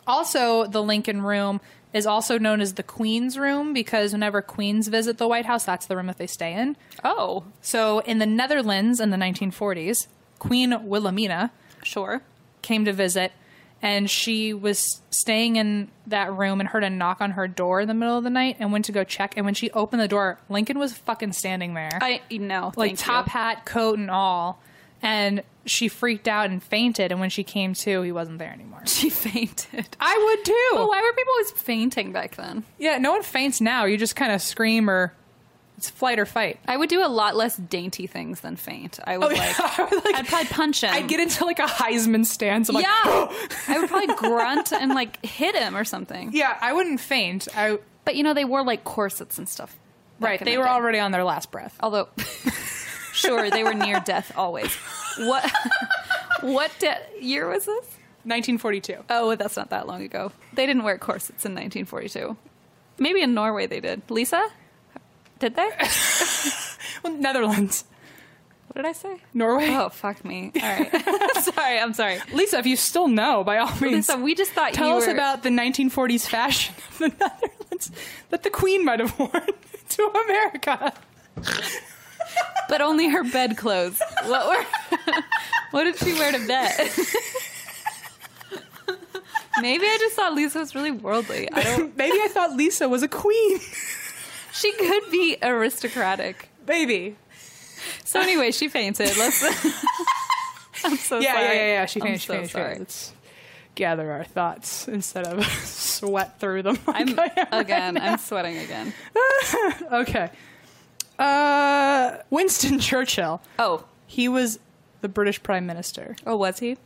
[SPEAKER 3] Also, the Lincoln Room is also known as the Queen's Room because whenever queens visit the White House, that's the room that they stay in.
[SPEAKER 2] Oh,
[SPEAKER 3] So, in the Netherlands in the 1940s, Queen Wilhelmina
[SPEAKER 2] Sure.
[SPEAKER 3] came to visit and she was staying in that room and heard a knock on her door in the middle of the night and went to go check and when she opened the door lincoln was fucking standing there
[SPEAKER 2] I no.
[SPEAKER 3] like
[SPEAKER 2] thank
[SPEAKER 3] top
[SPEAKER 2] you.
[SPEAKER 3] hat coat and all and she freaked out and fainted and when she came to he wasn't there anymore
[SPEAKER 2] She <laughs> fainted.
[SPEAKER 3] i would too
[SPEAKER 2] But Oh, why were people always fainting back then?
[SPEAKER 3] yeah no one faints now you just kind of scream or it's flight or fight
[SPEAKER 2] I would do a lot less dainty things than faint. <laughs> I would like. <laughs>
[SPEAKER 3] I would, like-
[SPEAKER 2] I'd probably punch him.
[SPEAKER 3] I'd get into like a heisman stance I'm like
[SPEAKER 2] yeah. I would probably grunt and like hit him or <laughs> something.
[SPEAKER 3] <gasps> yeah i wouldn't faint i
[SPEAKER 2] But you know they wore like corsets and stuff. back
[SPEAKER 3] right
[SPEAKER 2] in
[SPEAKER 3] they
[SPEAKER 2] the
[SPEAKER 3] were
[SPEAKER 2] day.
[SPEAKER 3] already on their last breath
[SPEAKER 2] Although, <laughs> sure, they were near death always. What? <laughs> what de- year was this?
[SPEAKER 3] 1942
[SPEAKER 2] Oh, that's not that long ago. They didn't wear corsets in 1942. Maybe in Norway they did. Lisa, did they? What
[SPEAKER 3] well, netherlands <laughs>
[SPEAKER 2] did I say?
[SPEAKER 3] norway
[SPEAKER 2] Oh fuck me! All right, <laughs> sorry. I'm sorry.
[SPEAKER 3] lisa if you still know by all means
[SPEAKER 2] Lisa, we just thought you
[SPEAKER 3] tell us
[SPEAKER 2] were-
[SPEAKER 3] about the 1940s fashion of the <laughs> netherlands that the queen might have worn <laughs> to america
[SPEAKER 2] but only her bedclothes. What were? <laughs> what did she wear to bed? <laughs> Maybe I just thought Lisa was really worldly. I don't.
[SPEAKER 3] <laughs> Maybe I thought Lisa was a queen.
[SPEAKER 2] She could be aristocratic.
[SPEAKER 3] Maybe.
[SPEAKER 2] So anyway, she fainted. Let's. <laughs> I'm so
[SPEAKER 3] Yeah,
[SPEAKER 2] sorry.
[SPEAKER 3] yeah, yeah, yeah. She
[SPEAKER 2] I'm
[SPEAKER 3] finished.
[SPEAKER 2] so
[SPEAKER 3] finished,
[SPEAKER 2] sorry.
[SPEAKER 3] Let's gather our thoughts instead of <laughs> sweat through them. like <laughs>
[SPEAKER 2] I'm
[SPEAKER 3] I am.
[SPEAKER 2] again. I'm sweating again.
[SPEAKER 3] okay. Uh, Winston <laughs> Churchill.
[SPEAKER 2] Oh,
[SPEAKER 3] He was the British Prime Minister.
[SPEAKER 2] oh, was he?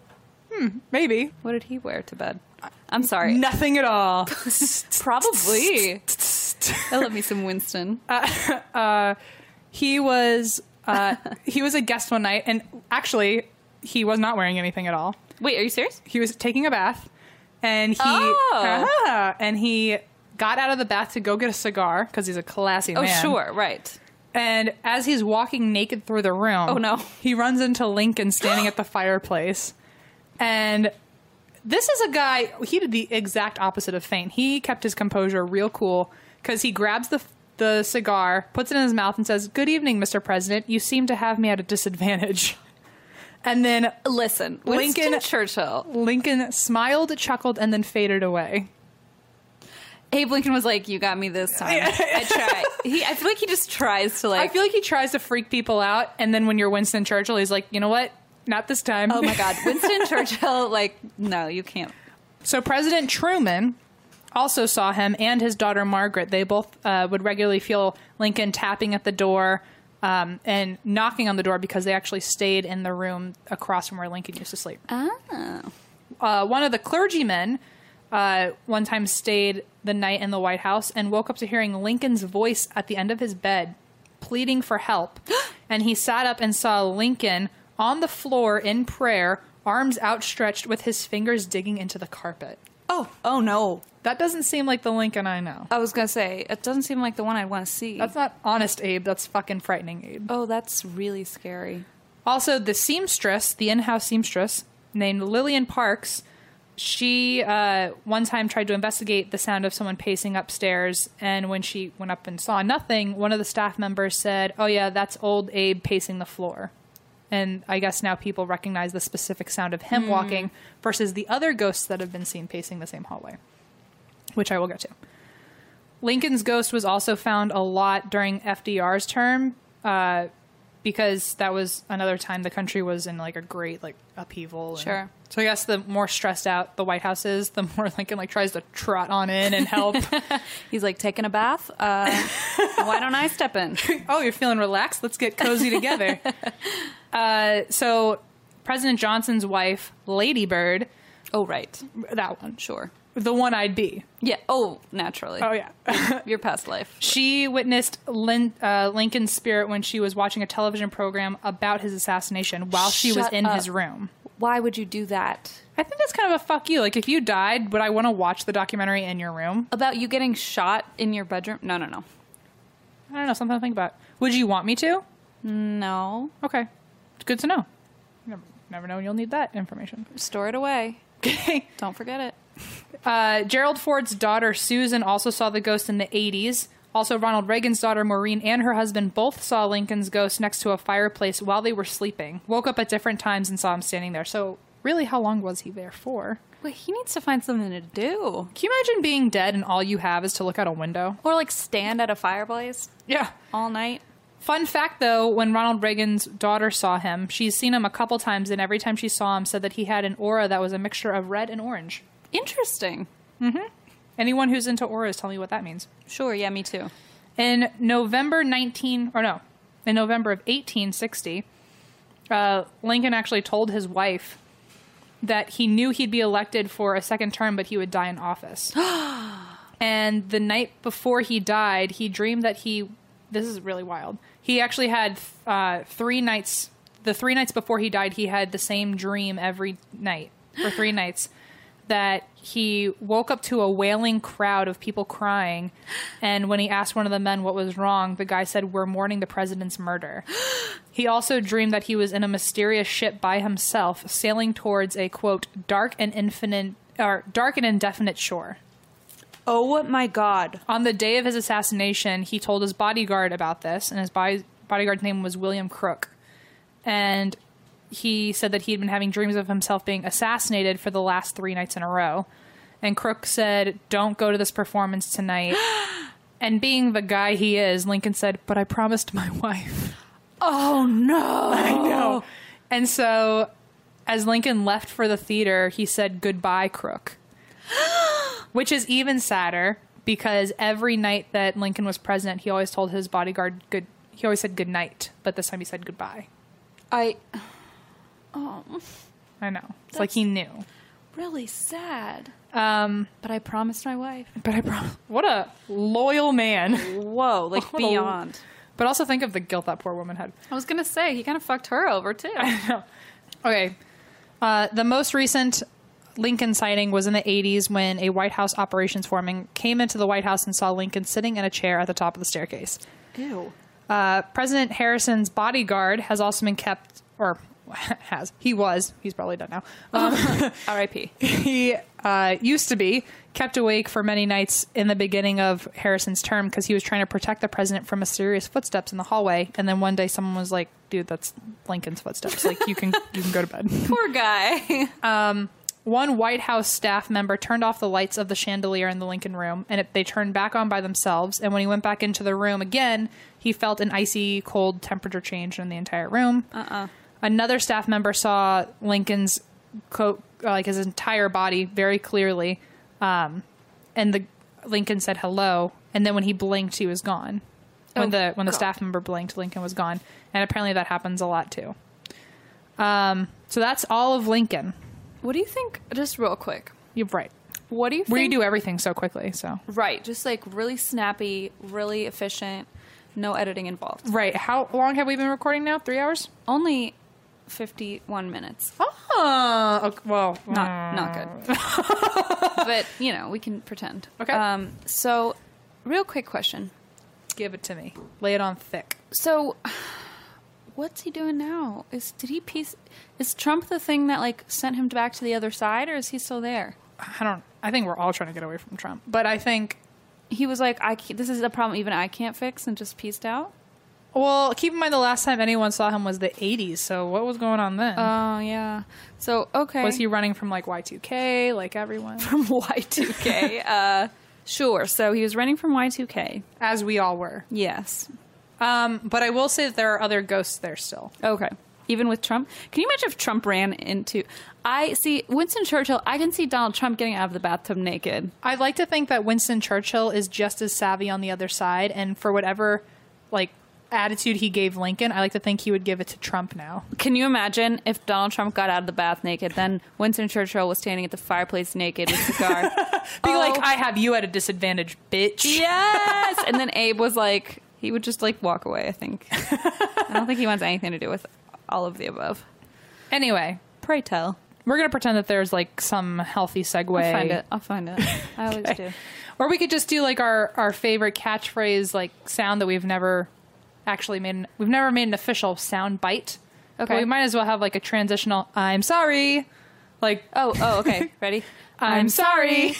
[SPEAKER 3] Maybe.
[SPEAKER 2] What did he wear to bed? I'm sorry.
[SPEAKER 3] Nothing at
[SPEAKER 2] <laughs>
[SPEAKER 3] all. <laughs>
[SPEAKER 2] Probably. I love me some Winston.
[SPEAKER 3] Uh, he was uh, he was a guest one night, and actually, he was not wearing anything at all.
[SPEAKER 2] Wait, are you serious?
[SPEAKER 3] he was taking a bath and he
[SPEAKER 2] Oh.
[SPEAKER 3] Ah, <laughs> and he got out of the bath to go get a cigar because he's a classy
[SPEAKER 2] Oh,
[SPEAKER 3] man.
[SPEAKER 2] sure, right.
[SPEAKER 3] And as he's walking naked through the room,
[SPEAKER 2] Oh, no.
[SPEAKER 3] he runs into Lincoln standing
[SPEAKER 2] <gasps>
[SPEAKER 3] at the fireplace. And this is a guy, he did the exact opposite of faint. He kept his composure real cool because he grabs the the cigar, puts it in his mouth, and says, Good evening, Mr. President. You seem to have me at a disadvantage. <laughs> And then
[SPEAKER 2] Listen, Winston
[SPEAKER 3] Lincoln-
[SPEAKER 2] Churchill.
[SPEAKER 3] Uh, Lincoln smiled, chuckled, and then faded away.
[SPEAKER 2] Abe Lincoln was like, "You got me this time. I try." He, I feel like he just tries to
[SPEAKER 3] I
[SPEAKER 2] like.
[SPEAKER 3] feel like he tries to freak people out, and then when you're Winston Churchill, he's like, you know what? Not this time. <laughs>
[SPEAKER 2] oh my God, Winston Churchill! Like, no, you can't.
[SPEAKER 3] so President Truman also saw him and his daughter Margaret. They both uh, would regularly feel Lincoln tapping at the door um, and knocking on the door because they actually stayed in the room across from where Lincoln used to sleep.
[SPEAKER 2] Oh.
[SPEAKER 3] uh, one of the clergymen uh, one time stayed the night in the White House and woke up to hearing Lincoln's voice at the end of his bed pleading for help. and he sat up and saw Lincoln on the floor in prayer, arms outstretched with his fingers digging into the carpet.
[SPEAKER 2] Oh, oh no.
[SPEAKER 3] That doesn't seem like the Lincoln I know.
[SPEAKER 2] I was gonna say it doesn't seem like the one I'd want to see.
[SPEAKER 3] That's not honest, Abe. That's fucking frightening, Abe.
[SPEAKER 2] oh, that's really scary.
[SPEAKER 3] Also, the seamstress, the in-house seamstress named Lillian Parks, she uh, one time tried to investigate the sound of someone pacing upstairs, and when she went up and saw nothing, one of the staff members said, "Oh yeah, that's old Abe pacing the floor." And I guess now people recognize the specific sound of him walking versus the other ghosts that have been seen pacing the same hallway, which I will get to. Lincoln's ghost was also found a lot during FDR's term uh, because that was another time the country was in like a great like upheaval. and-
[SPEAKER 2] Sure.
[SPEAKER 3] So I guess the more stressed out the White House is, the more <laughs> Lincoln like tries to trot on in and help.
[SPEAKER 2] He's like taking a bath. Uh, <laughs> why don't I step in?
[SPEAKER 3] oh, you're feeling relaxed? Let's get cozy together. uh, so President Johnson's wife, Lady Bird,
[SPEAKER 2] Oh, right.
[SPEAKER 3] that one,
[SPEAKER 2] Sure.
[SPEAKER 3] the one I'd be.
[SPEAKER 2] Yeah. Oh, naturally.
[SPEAKER 3] Oh yeah.
[SPEAKER 2] Your past life.
[SPEAKER 3] She witnessed Lin- uh, Lincoln's spirit when she was watching a television program about his assassination while she was
[SPEAKER 2] Shut
[SPEAKER 3] in
[SPEAKER 2] up.
[SPEAKER 3] his room.
[SPEAKER 2] Why would you do that?
[SPEAKER 3] I think that's kind of a fuck you. Like, if you died, would I want to watch the documentary in your room?
[SPEAKER 2] About you getting shot in your bedroom? No, no, no.
[SPEAKER 3] I don't know, something to think about. Would you want me to?
[SPEAKER 2] No.
[SPEAKER 3] Okay. It's good to know. Never, never know when you'll need that information.
[SPEAKER 2] Store it away.
[SPEAKER 3] Okay.
[SPEAKER 2] Don't forget it.
[SPEAKER 3] Uh, Gerald Ford's daughter Susan also saw the ghost in the 80s. Also, Ronald Reagan's daughter Maureen and her husband both saw Lincoln's ghost next to a fireplace while they were sleeping. Woke up at different times and saw him standing there. So really, how long was he there for?
[SPEAKER 2] Well, he needs to find something to do.
[SPEAKER 3] Can you imagine being dead and all you have is to look out a window?
[SPEAKER 2] Or like stand at a fireplace
[SPEAKER 3] Yeah.
[SPEAKER 2] all night.
[SPEAKER 3] Fun fact though, when Ronald Reagan's daughter saw him, she's seen him a couple times, and every time she saw him, said that he had an aura that was a mixture of red and orange.
[SPEAKER 2] Interesting.
[SPEAKER 3] Anyone who's into auras, tell me what that means.
[SPEAKER 2] Sure, yeah, me too.
[SPEAKER 3] In November 19, or no, in November of 1860, uh, Lincoln actually told his wife that he knew he'd be elected for a second term, but he would die in office. and the night before he died, he dreamed that he. This is really wild. He actually had uh, three nights. The three nights before he died, he had the same dream every night for three nights. That he woke up to a wailing crowd of people crying, and when he asked one of the men what was wrong, the guy said, "We're mourning the president's murder." He also dreamed that he was in a mysterious ship by himself, sailing towards a quote dark and infinite or dark and indefinite shore.
[SPEAKER 2] Oh my god.
[SPEAKER 3] On the day of his assassination, he told his bodyguard about this, and his body- bodyguard's name was William Crook. And he said that he had been having dreams of himself being assassinated for the last three nights in a row. And Crook said, Don't go to this performance tonight. <gasps> and being the guy he is, Lincoln said, But I promised my <laughs> wife.
[SPEAKER 2] Oh no.
[SPEAKER 3] I know. And so, as Lincoln left for the theater, he said, Goodbye, <gasps> Crook. Which is even sadder because every night that Lincoln was president, he always told his bodyguard, good, he always said good night, but this time he said goodbye.
[SPEAKER 2] I
[SPEAKER 3] I know. It's like he knew.
[SPEAKER 2] really sad.
[SPEAKER 3] Um,
[SPEAKER 2] But I promised my wife.
[SPEAKER 3] but I promise. What a loyal man.
[SPEAKER 2] Whoa, <laughs> like
[SPEAKER 3] What a-
[SPEAKER 2] beyond.
[SPEAKER 3] But also think of the guilt that poor woman had.
[SPEAKER 2] I was gonna say he kind of fucked her over too.
[SPEAKER 3] Okay. Uh, the most recent Lincoln sighting was in the 80s when a White House operations foreman came into the White House and saw Lincoln sitting in a chair at the top of the staircase.
[SPEAKER 2] Ew.
[SPEAKER 3] Uh, President Harrison's bodyguard has also been kept, or <laughs> has, he was, he's probably done now, Um,
[SPEAKER 2] R.I.P.
[SPEAKER 3] <laughs> he uh, used to be kept awake for many nights in the beginning of Harrison's term because he was trying to protect the president from mysterious footsteps in the hallway. And then one day someone was like, dude, that's Lincoln's footsteps. Like, you can, you can go to bed.
[SPEAKER 2] Poor guy.
[SPEAKER 3] One White House staff member turned off the lights of the chandelier in the Lincoln room, and it, they turned back on by themselves. And when he went back into the room again, he felt an icy cold temperature change in the entire room. Uh-uh. Another staff member saw Lincoln's coat, uh, like his entire body, very clearly, um, and the Lincoln said hello. And then when he blinked, he was gone. When
[SPEAKER 2] Oh,
[SPEAKER 3] the when the
[SPEAKER 2] God.
[SPEAKER 3] staff member blinked, Lincoln was gone. And apparently that happens a lot too. Um, so that's all of Lincoln.
[SPEAKER 2] <laughs> what do you think? Just real quick.
[SPEAKER 3] You're right.
[SPEAKER 2] What do you
[SPEAKER 3] We
[SPEAKER 2] think?
[SPEAKER 3] do everything so quickly, so
[SPEAKER 2] Right, just like really snappy, really efficient, no editing involved.
[SPEAKER 3] right. How long have we been recording now? Three hours.
[SPEAKER 2] Only fifty-one minutes.
[SPEAKER 3] Oh, okay, well,
[SPEAKER 2] Not not <laughs> good. but you know, we can pretend.
[SPEAKER 3] Okay.
[SPEAKER 2] Um, so, real quick question.
[SPEAKER 3] give it to me. Lay it on thick.
[SPEAKER 2] So, what's he doing now? Is did he piece? Is Trump the thing that like sent him back to the other side, or is he still there?
[SPEAKER 3] I don't. I think we're all trying to get away from Trump, but I think.
[SPEAKER 2] He was like, I can't, this is a problem even I can't fix, and just pieced out.
[SPEAKER 3] Well, keep in mind the last time anyone saw him was the '80s. So what was going on then?
[SPEAKER 2] Oh yeah. So okay.
[SPEAKER 3] was he <laughs> running from like Y2K, like everyone,
[SPEAKER 2] from Y2K. <laughs> uh, sure. So he was running from Y2K.
[SPEAKER 3] as we all were?
[SPEAKER 2] Yes.
[SPEAKER 3] Um, but I will say that there are other ghosts there still.
[SPEAKER 2] Okay. Even with Trump, can you imagine if Trump ran into? I see Winston Churchill. I can see Donald Trump getting out of the bathtub naked.
[SPEAKER 3] I'd like to think that Winston Churchill is just as savvy on the other side, and for whatever like attitude he gave Lincoln, I like to think he would give it to Trump now.
[SPEAKER 2] Can you imagine if Donald Trump got out of the bath naked? Then Winston Churchill was standing at the fireplace naked with a cigar.
[SPEAKER 3] <laughs> Be like,
[SPEAKER 2] Oh.
[SPEAKER 3] I have you at a disadvantage, bitch.
[SPEAKER 2] yes. And then Abe was like, he would just like walk away. I think. I don't think he wants anything to do with all of the above.
[SPEAKER 3] Anyway,
[SPEAKER 2] Pray tell.
[SPEAKER 3] we're gonna pretend that there's like some healthy segue.
[SPEAKER 2] I'll find it. I'll find it. I always do.
[SPEAKER 3] Or we could just do like our our favorite catchphrase, like sound that we've never actually made. An, we've never made an official sound bite. But
[SPEAKER 2] Okay.
[SPEAKER 3] we might as well have like a transitional. I'm sorry. Like
[SPEAKER 2] Oh, oh, okay. <laughs> Ready?
[SPEAKER 3] I'm sorry.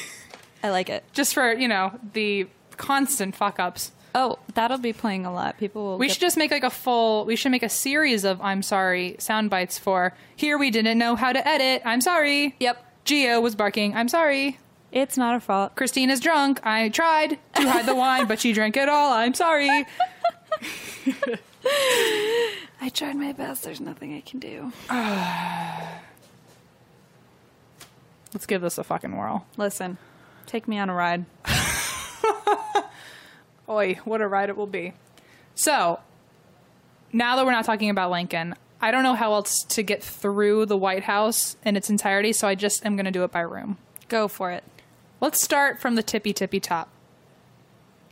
[SPEAKER 2] I like it.
[SPEAKER 3] just for you know the constant fuck ups.
[SPEAKER 2] Oh, that'll be playing a lot. People will.
[SPEAKER 3] We
[SPEAKER 2] get-
[SPEAKER 3] should just make like a full. We should make a series of "I'm sorry" sound bites for here. We didn't know how to edit. I'm sorry.
[SPEAKER 2] Yep.
[SPEAKER 3] Geo was barking. I'm sorry.
[SPEAKER 2] It's not our fault.
[SPEAKER 3] Christina's drunk. I tried to hide the wine, but she drank it all. I'm sorry.
[SPEAKER 2] I tried my best. There's nothing I can do.
[SPEAKER 3] Let's give this a fucking whirl.
[SPEAKER 2] Listen, take me on a ride.
[SPEAKER 3] Oi, what a ride it will be. So, now that we're not talking about Lincoln, I don't know how else to get through the White House in its entirety, so I just am going to do it by room.
[SPEAKER 2] Go for it.
[SPEAKER 3] Let's start from the tippy tippy top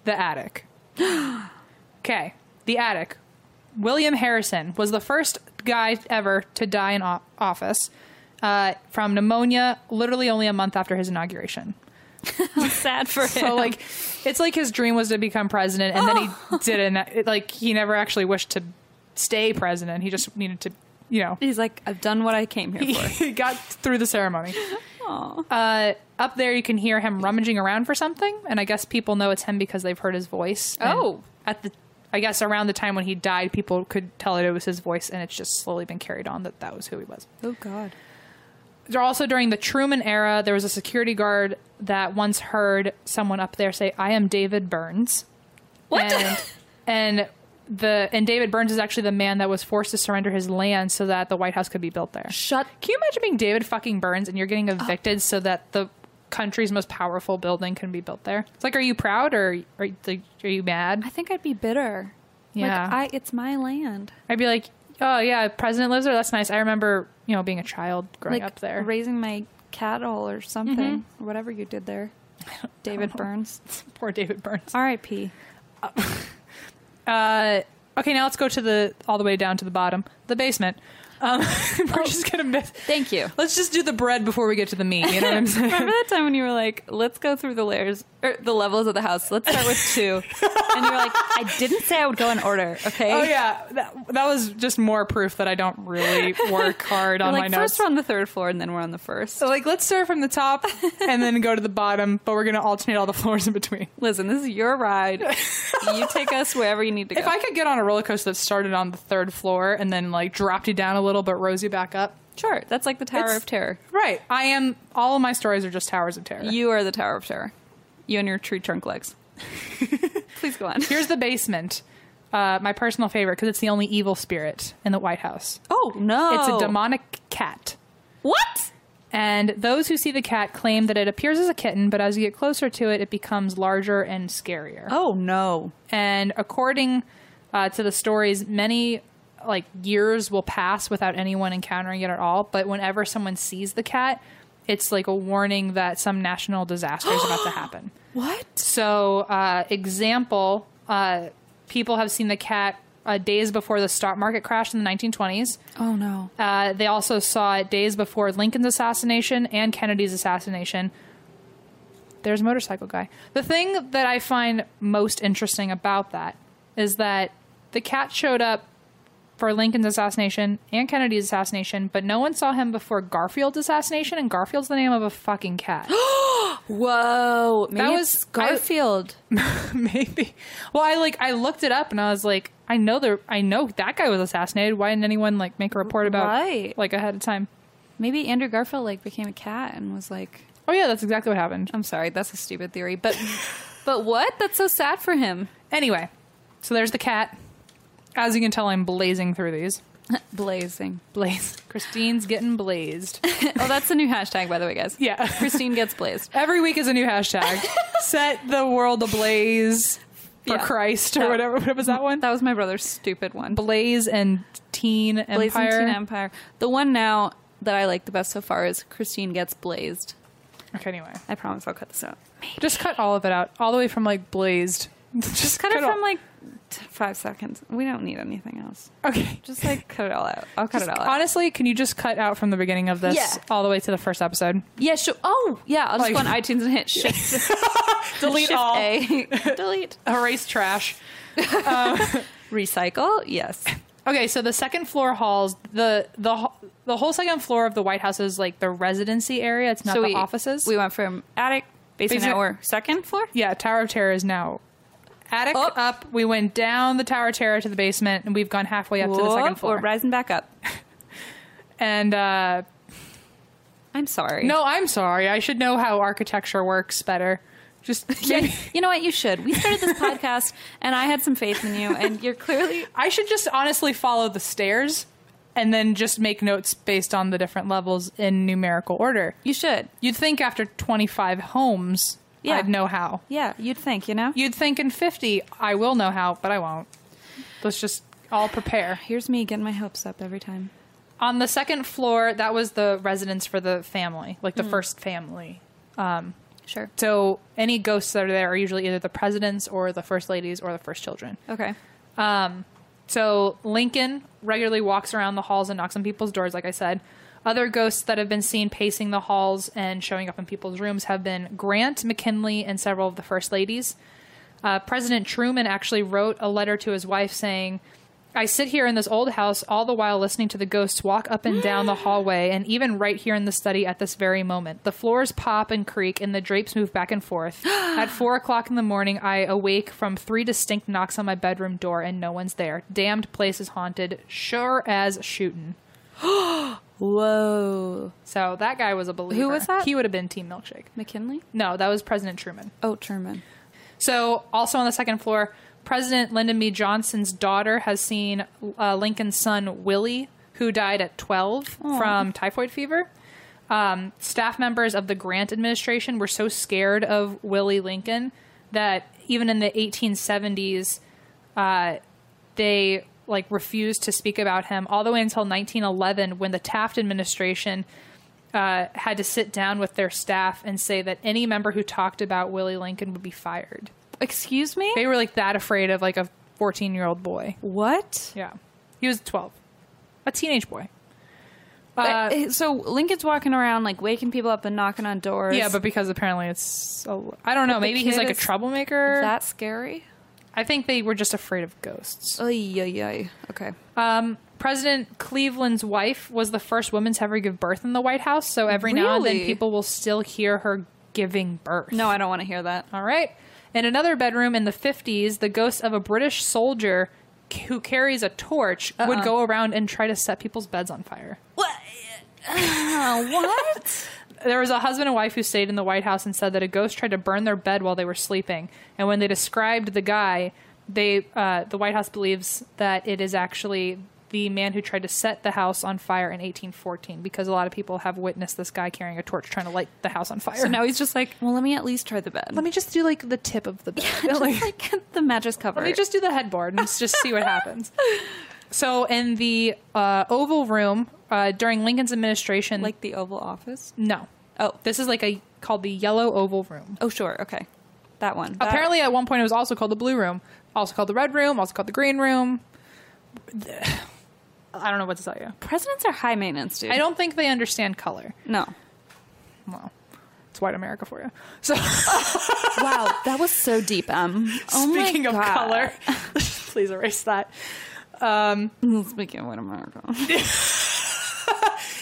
[SPEAKER 3] the attic. <gasps> Okay, the attic. William Harrison was the first guy ever to die in o- office uh, from pneumonia, literally only a month after his inauguration.
[SPEAKER 2] Sad for him.
[SPEAKER 3] So like, it's like his dream was to become president, and then he didn't. It- Like he never actually wished to stay president. He just needed to, you know,
[SPEAKER 2] he's like, I've done what I came here for.
[SPEAKER 3] <laughs> he got through the ceremony. Uh, up there, you can hear him rummaging around for something, and I guess people know it's him because they've heard his voice. And
[SPEAKER 2] Oh.
[SPEAKER 3] at the. I guess around the time when he died, people could tell that it was his voice, and it's just slowly been carried on that that was who he was.
[SPEAKER 2] <laughs> Oh God.
[SPEAKER 3] There- also during the Truman era, there was a security guard that once heard someone up there say, "I am David Burns."
[SPEAKER 2] What? <laughs>
[SPEAKER 3] And, and the and David Burns is actually the man that was forced to surrender his land so that the White House could be built there.
[SPEAKER 1] Shut
[SPEAKER 3] Can you imagine being David fucking Burns and you're getting evicted so that the country's most powerful building can be built there? It's like, are you proud or are, you- like, are you mad?
[SPEAKER 2] I think I'd be bitter.
[SPEAKER 3] Yeah.
[SPEAKER 2] Like I, it's my land.
[SPEAKER 3] I'd be like, oh yeah, president lives there. That's nice. I remember, you know, being a child growing
[SPEAKER 2] like
[SPEAKER 3] up there. Mm-hmm.
[SPEAKER 2] raising my cattle or something, or whatever you
[SPEAKER 3] <laughs>
[SPEAKER 2] did there. David Burns.
[SPEAKER 3] Poor David Burns.
[SPEAKER 2] R.I.P.
[SPEAKER 3] Uh, okay, now let's go to the all the way down to the bottom, the basement. Um, <laughs>
[SPEAKER 2] Oh.
[SPEAKER 3] we're just gonna miss.
[SPEAKER 2] Thank you.
[SPEAKER 3] Let's just do the bread before we get to the meat. You know what I'm saying?
[SPEAKER 2] <laughs> Remember that time when you were like, "Let's go through the layers or the levels of the house. Let's start with
[SPEAKER 3] <laughs>
[SPEAKER 2] two. and you were like, "I didn't say I would go in order." Okay.
[SPEAKER 3] oh yeah, that, that was just more proof that I don't really
[SPEAKER 2] <laughs>
[SPEAKER 3] work hard on
[SPEAKER 2] Like
[SPEAKER 3] my
[SPEAKER 2] first
[SPEAKER 3] notes. Oh.
[SPEAKER 2] we're on the third floor, and then we're on the first.
[SPEAKER 3] so like, let's start from the top and then go to the bottom, but we're gonna alternate all the floors in between.
[SPEAKER 2] Listen, this is your
[SPEAKER 3] <laughs>
[SPEAKER 2] ride. you take us wherever you need to go.
[SPEAKER 3] If I could get on a roller coaster that started on the third floor and then like dropped you down a little but rose you back up,
[SPEAKER 2] sure, that's like the Tower
[SPEAKER 3] It's-
[SPEAKER 2] of Terror.
[SPEAKER 3] right? I am. All of my stories are just towers of terror.
[SPEAKER 2] You are the Tower of Terror. You and your tree
[SPEAKER 3] <laughs>
[SPEAKER 2] trunk legs. Please go on.
[SPEAKER 3] Here's the basement. Uh, my personal favorite because it's the only evil spirit in the White House.
[SPEAKER 2] Oh no!
[SPEAKER 3] It's a demonic cat.
[SPEAKER 2] What?
[SPEAKER 3] And those who see the cat claim that it appears as a kitten, but as you get closer to it, it becomes larger and scarier.
[SPEAKER 2] Oh no!
[SPEAKER 3] And according uh, to the stories, many like years will pass without anyone encountering it at all. But whenever someone sees the cat, it's like a warning that some national disaster is about to happen.
[SPEAKER 2] What?
[SPEAKER 3] So, uh, example, uh, people have seen the cat uh, days before the stock market crash in the 1920s.
[SPEAKER 2] Oh no!
[SPEAKER 3] Uh, they also saw it days before Lincoln's assassination and Kennedy's assassination. There's motorcycle guy. The thing that I find most interesting about that is that the cat showed up for Lincoln's assassination and Kennedy's assassination, but no one saw him before Garfield's assassination, and Garfield's the name of a fucking cat. <laughs>
[SPEAKER 2] Whoa! Maybe
[SPEAKER 3] That
[SPEAKER 2] it's
[SPEAKER 3] was-
[SPEAKER 2] Garfield.
[SPEAKER 3] Maybe. Well, I like I looked it up and I was like, I know there, I know that guy was assassinated. Why didn't anyone like make a report about
[SPEAKER 2] Right.
[SPEAKER 3] like ahead of time?
[SPEAKER 2] Maybe Andrew Garfield like became a cat and was like,
[SPEAKER 3] Oh yeah, that's exactly what happened.
[SPEAKER 2] "I'm sorry, that's a stupid theory, <laughs> but but what? That's so sad for him."
[SPEAKER 3] Anyway, so there's the cat. As you can tell, I'm blazing through these.
[SPEAKER 2] Blazing.
[SPEAKER 3] Blaze. <laughs> Christine's getting blazed.
[SPEAKER 2] <laughs> oh, that's the new hashtag, by the way, guys.
[SPEAKER 3] Yeah.
[SPEAKER 2] Christine gets blazed.
[SPEAKER 3] Every week is a new
[SPEAKER 2] <laughs>
[SPEAKER 3] hashtag. Set the world ablaze for
[SPEAKER 2] Yeah.
[SPEAKER 3] Christ or
[SPEAKER 2] That-
[SPEAKER 3] whatever. What was that one?
[SPEAKER 2] <laughs> That was my brother's stupid one.
[SPEAKER 3] blaze and teen
[SPEAKER 2] Blaze
[SPEAKER 3] empire.
[SPEAKER 2] and Teen Empire. The one now that I like the best so far is Christine gets blazed.
[SPEAKER 3] okay, anyway.
[SPEAKER 2] I promise I'll cut this out.
[SPEAKER 3] Just cut all of it out. All the way from like blazed. <laughs> Just
[SPEAKER 2] Cut, it
[SPEAKER 3] all-
[SPEAKER 2] from like t- five seconds. We don't need anything else.
[SPEAKER 3] Okay.
[SPEAKER 2] Just like cut it all out. I'll cut
[SPEAKER 3] Just-
[SPEAKER 2] it all out.
[SPEAKER 3] honestly, can you just cut out from the beginning of this
[SPEAKER 2] Yeah.
[SPEAKER 3] all the way to the first episode?
[SPEAKER 2] Yeah, sure. Oh, yeah. I'll
[SPEAKER 3] Like-
[SPEAKER 2] just go on iTunes and hit shift, <laughs>
[SPEAKER 3] Delete
[SPEAKER 2] shift
[SPEAKER 3] all.
[SPEAKER 2] A. <laughs> Delete.
[SPEAKER 3] Erase trash.
[SPEAKER 2] <laughs> Recycle. Yes.
[SPEAKER 3] Okay, so the second floor halls, the the h- the whole second floor of the White House is like the residency area. It's not the
[SPEAKER 2] we,
[SPEAKER 3] offices.
[SPEAKER 2] We went from attic, basement,
[SPEAKER 3] Basement-
[SPEAKER 2] or second floor.
[SPEAKER 3] yeah, Tower of Terror is now attic
[SPEAKER 2] Up.
[SPEAKER 3] up. We went down the tower terror to the basement, and we've gone halfway up to the second
[SPEAKER 2] Whoop,
[SPEAKER 3] floor.
[SPEAKER 2] We're rising back up.
[SPEAKER 3] and uh,
[SPEAKER 2] I'm sorry.
[SPEAKER 3] no, I'm sorry. I should know how architecture works better. Just
[SPEAKER 2] <laughs> <laughs> Yeah, you know what? You should. We started this podcast, <laughs> and I had some faith in you, and you're clearly
[SPEAKER 3] I should just honestly follow the stairs, and then just make notes based on the different levels in numerical order.
[SPEAKER 2] you should.
[SPEAKER 3] You'd think after 25 homes,
[SPEAKER 2] Yeah.
[SPEAKER 3] I'd know how.
[SPEAKER 2] Yeah, you'd think, you know.
[SPEAKER 3] You'd think in 50, I will know how, but I won't. Let's just all prepare.
[SPEAKER 2] Here's me getting my hopes up every time.
[SPEAKER 3] On the second floor, that was the residence for the family, like the first family.
[SPEAKER 2] Sure.
[SPEAKER 3] So any ghosts that are there are usually either the presidents or the first ladies or the first children.
[SPEAKER 2] Okay.
[SPEAKER 3] So Lincoln regularly walks around the halls and knocks on people's doors, like I said. Other ghosts that have been seen pacing the halls and showing up in people's rooms have been Grant, McKinley, and several of the first ladies. Uh, President Truman actually wrote a letter to his wife saying, I sit here in this old house all the while listening to the ghosts walk up and down the hallway, and even right here in the study at this very moment. The floors pop and creak, and the drapes move back and
[SPEAKER 2] <gasps>
[SPEAKER 3] forth. at four o'clock in the morning, I awake from three distinct knocks on my bedroom door, and no one's there. Damned place is haunted, sure as shootin'.
[SPEAKER 2] Whoa.
[SPEAKER 3] So that guy was a believer.
[SPEAKER 2] was that?
[SPEAKER 3] He would have been Team Milkshake.
[SPEAKER 2] McKinley?
[SPEAKER 3] No, that was President Truman.
[SPEAKER 2] Oh, Truman.
[SPEAKER 3] So, also on the second floor, President Lyndon B. Johnson's daughter has seen uh, Lincoln's son, Willie, who died at 12 from typhoid fever. Um, staff members of the Grant administration were so scared of Willie Lincoln that even in the 1870s, uh, they like refused to speak about him all the way until 1911 when the Taft administration uh, had to sit down with their staff and say that any member who talked about Willie Lincoln would be fired.
[SPEAKER 2] Excuse me?
[SPEAKER 3] They were like that afraid of like a 14 year old boy.
[SPEAKER 2] what?
[SPEAKER 3] Yeah. He was 12. A teenage boy.
[SPEAKER 2] But-
[SPEAKER 3] Uh,
[SPEAKER 2] eh, so Lincoln's walking around, like waking people up and knocking on doors.
[SPEAKER 3] yeah, but because apparently it's. I I don't
[SPEAKER 2] But
[SPEAKER 3] know.
[SPEAKER 2] the
[SPEAKER 3] Maybe he's
[SPEAKER 2] kid
[SPEAKER 3] like a
[SPEAKER 2] is-
[SPEAKER 3] troublemaker.
[SPEAKER 2] that's scary.
[SPEAKER 3] I think they were just afraid of ghosts.
[SPEAKER 2] Ay, ay, ay. Okay.
[SPEAKER 3] Um, President Cleveland's wife was the first woman to ever give birth in the White House, so every now and then
[SPEAKER 2] Really?
[SPEAKER 3] people will still hear her giving birth.
[SPEAKER 2] No, I don't want to hear that.
[SPEAKER 3] All right. In another bedroom in the 50s, the ghost of a British soldier c- who carries a torch
[SPEAKER 2] Uh-uh.
[SPEAKER 3] would go around and try to set people's beds on fire.
[SPEAKER 2] What? what?
[SPEAKER 3] There was a husband and wife who stayed in the White House and said that a ghost tried to burn their bed while they were sleeping. And when they described the guy, they uh, the White House believes that it is actually the man who tried to set the house on fire in 1814 because a lot of people have witnessed this guy carrying a torch trying to light the house on fire.
[SPEAKER 2] So now he's just like, well, let me at least try the bed.
[SPEAKER 3] let me just do like the tip of the bed. <laughs> Like-
[SPEAKER 2] <laughs> just like the mattress cover.
[SPEAKER 3] Let me just do the headboard and just see what <laughs> happens. So, in the uh, Oval Room uh, during Lincoln's administration,
[SPEAKER 2] like the Oval Office.
[SPEAKER 3] no,
[SPEAKER 2] Oh,
[SPEAKER 3] this is like a called the Yellow Oval Room.
[SPEAKER 2] oh, sure, okay, that one. That-
[SPEAKER 3] Apparently, at one point, it was also called the Blue Room, also called the Red Room, also called the Green Room. <sighs> I don't know what to tell you.
[SPEAKER 2] presidents are high maintenance, dude.
[SPEAKER 3] I don't think they understand color. <laughs>
[SPEAKER 2] No.
[SPEAKER 3] Well, it's white America for you. So,
[SPEAKER 2] wow, that was so deep. Um,
[SPEAKER 3] speaking of <laughs> color, please erase that. Um,
[SPEAKER 2] color, <laughs> speaking of what America,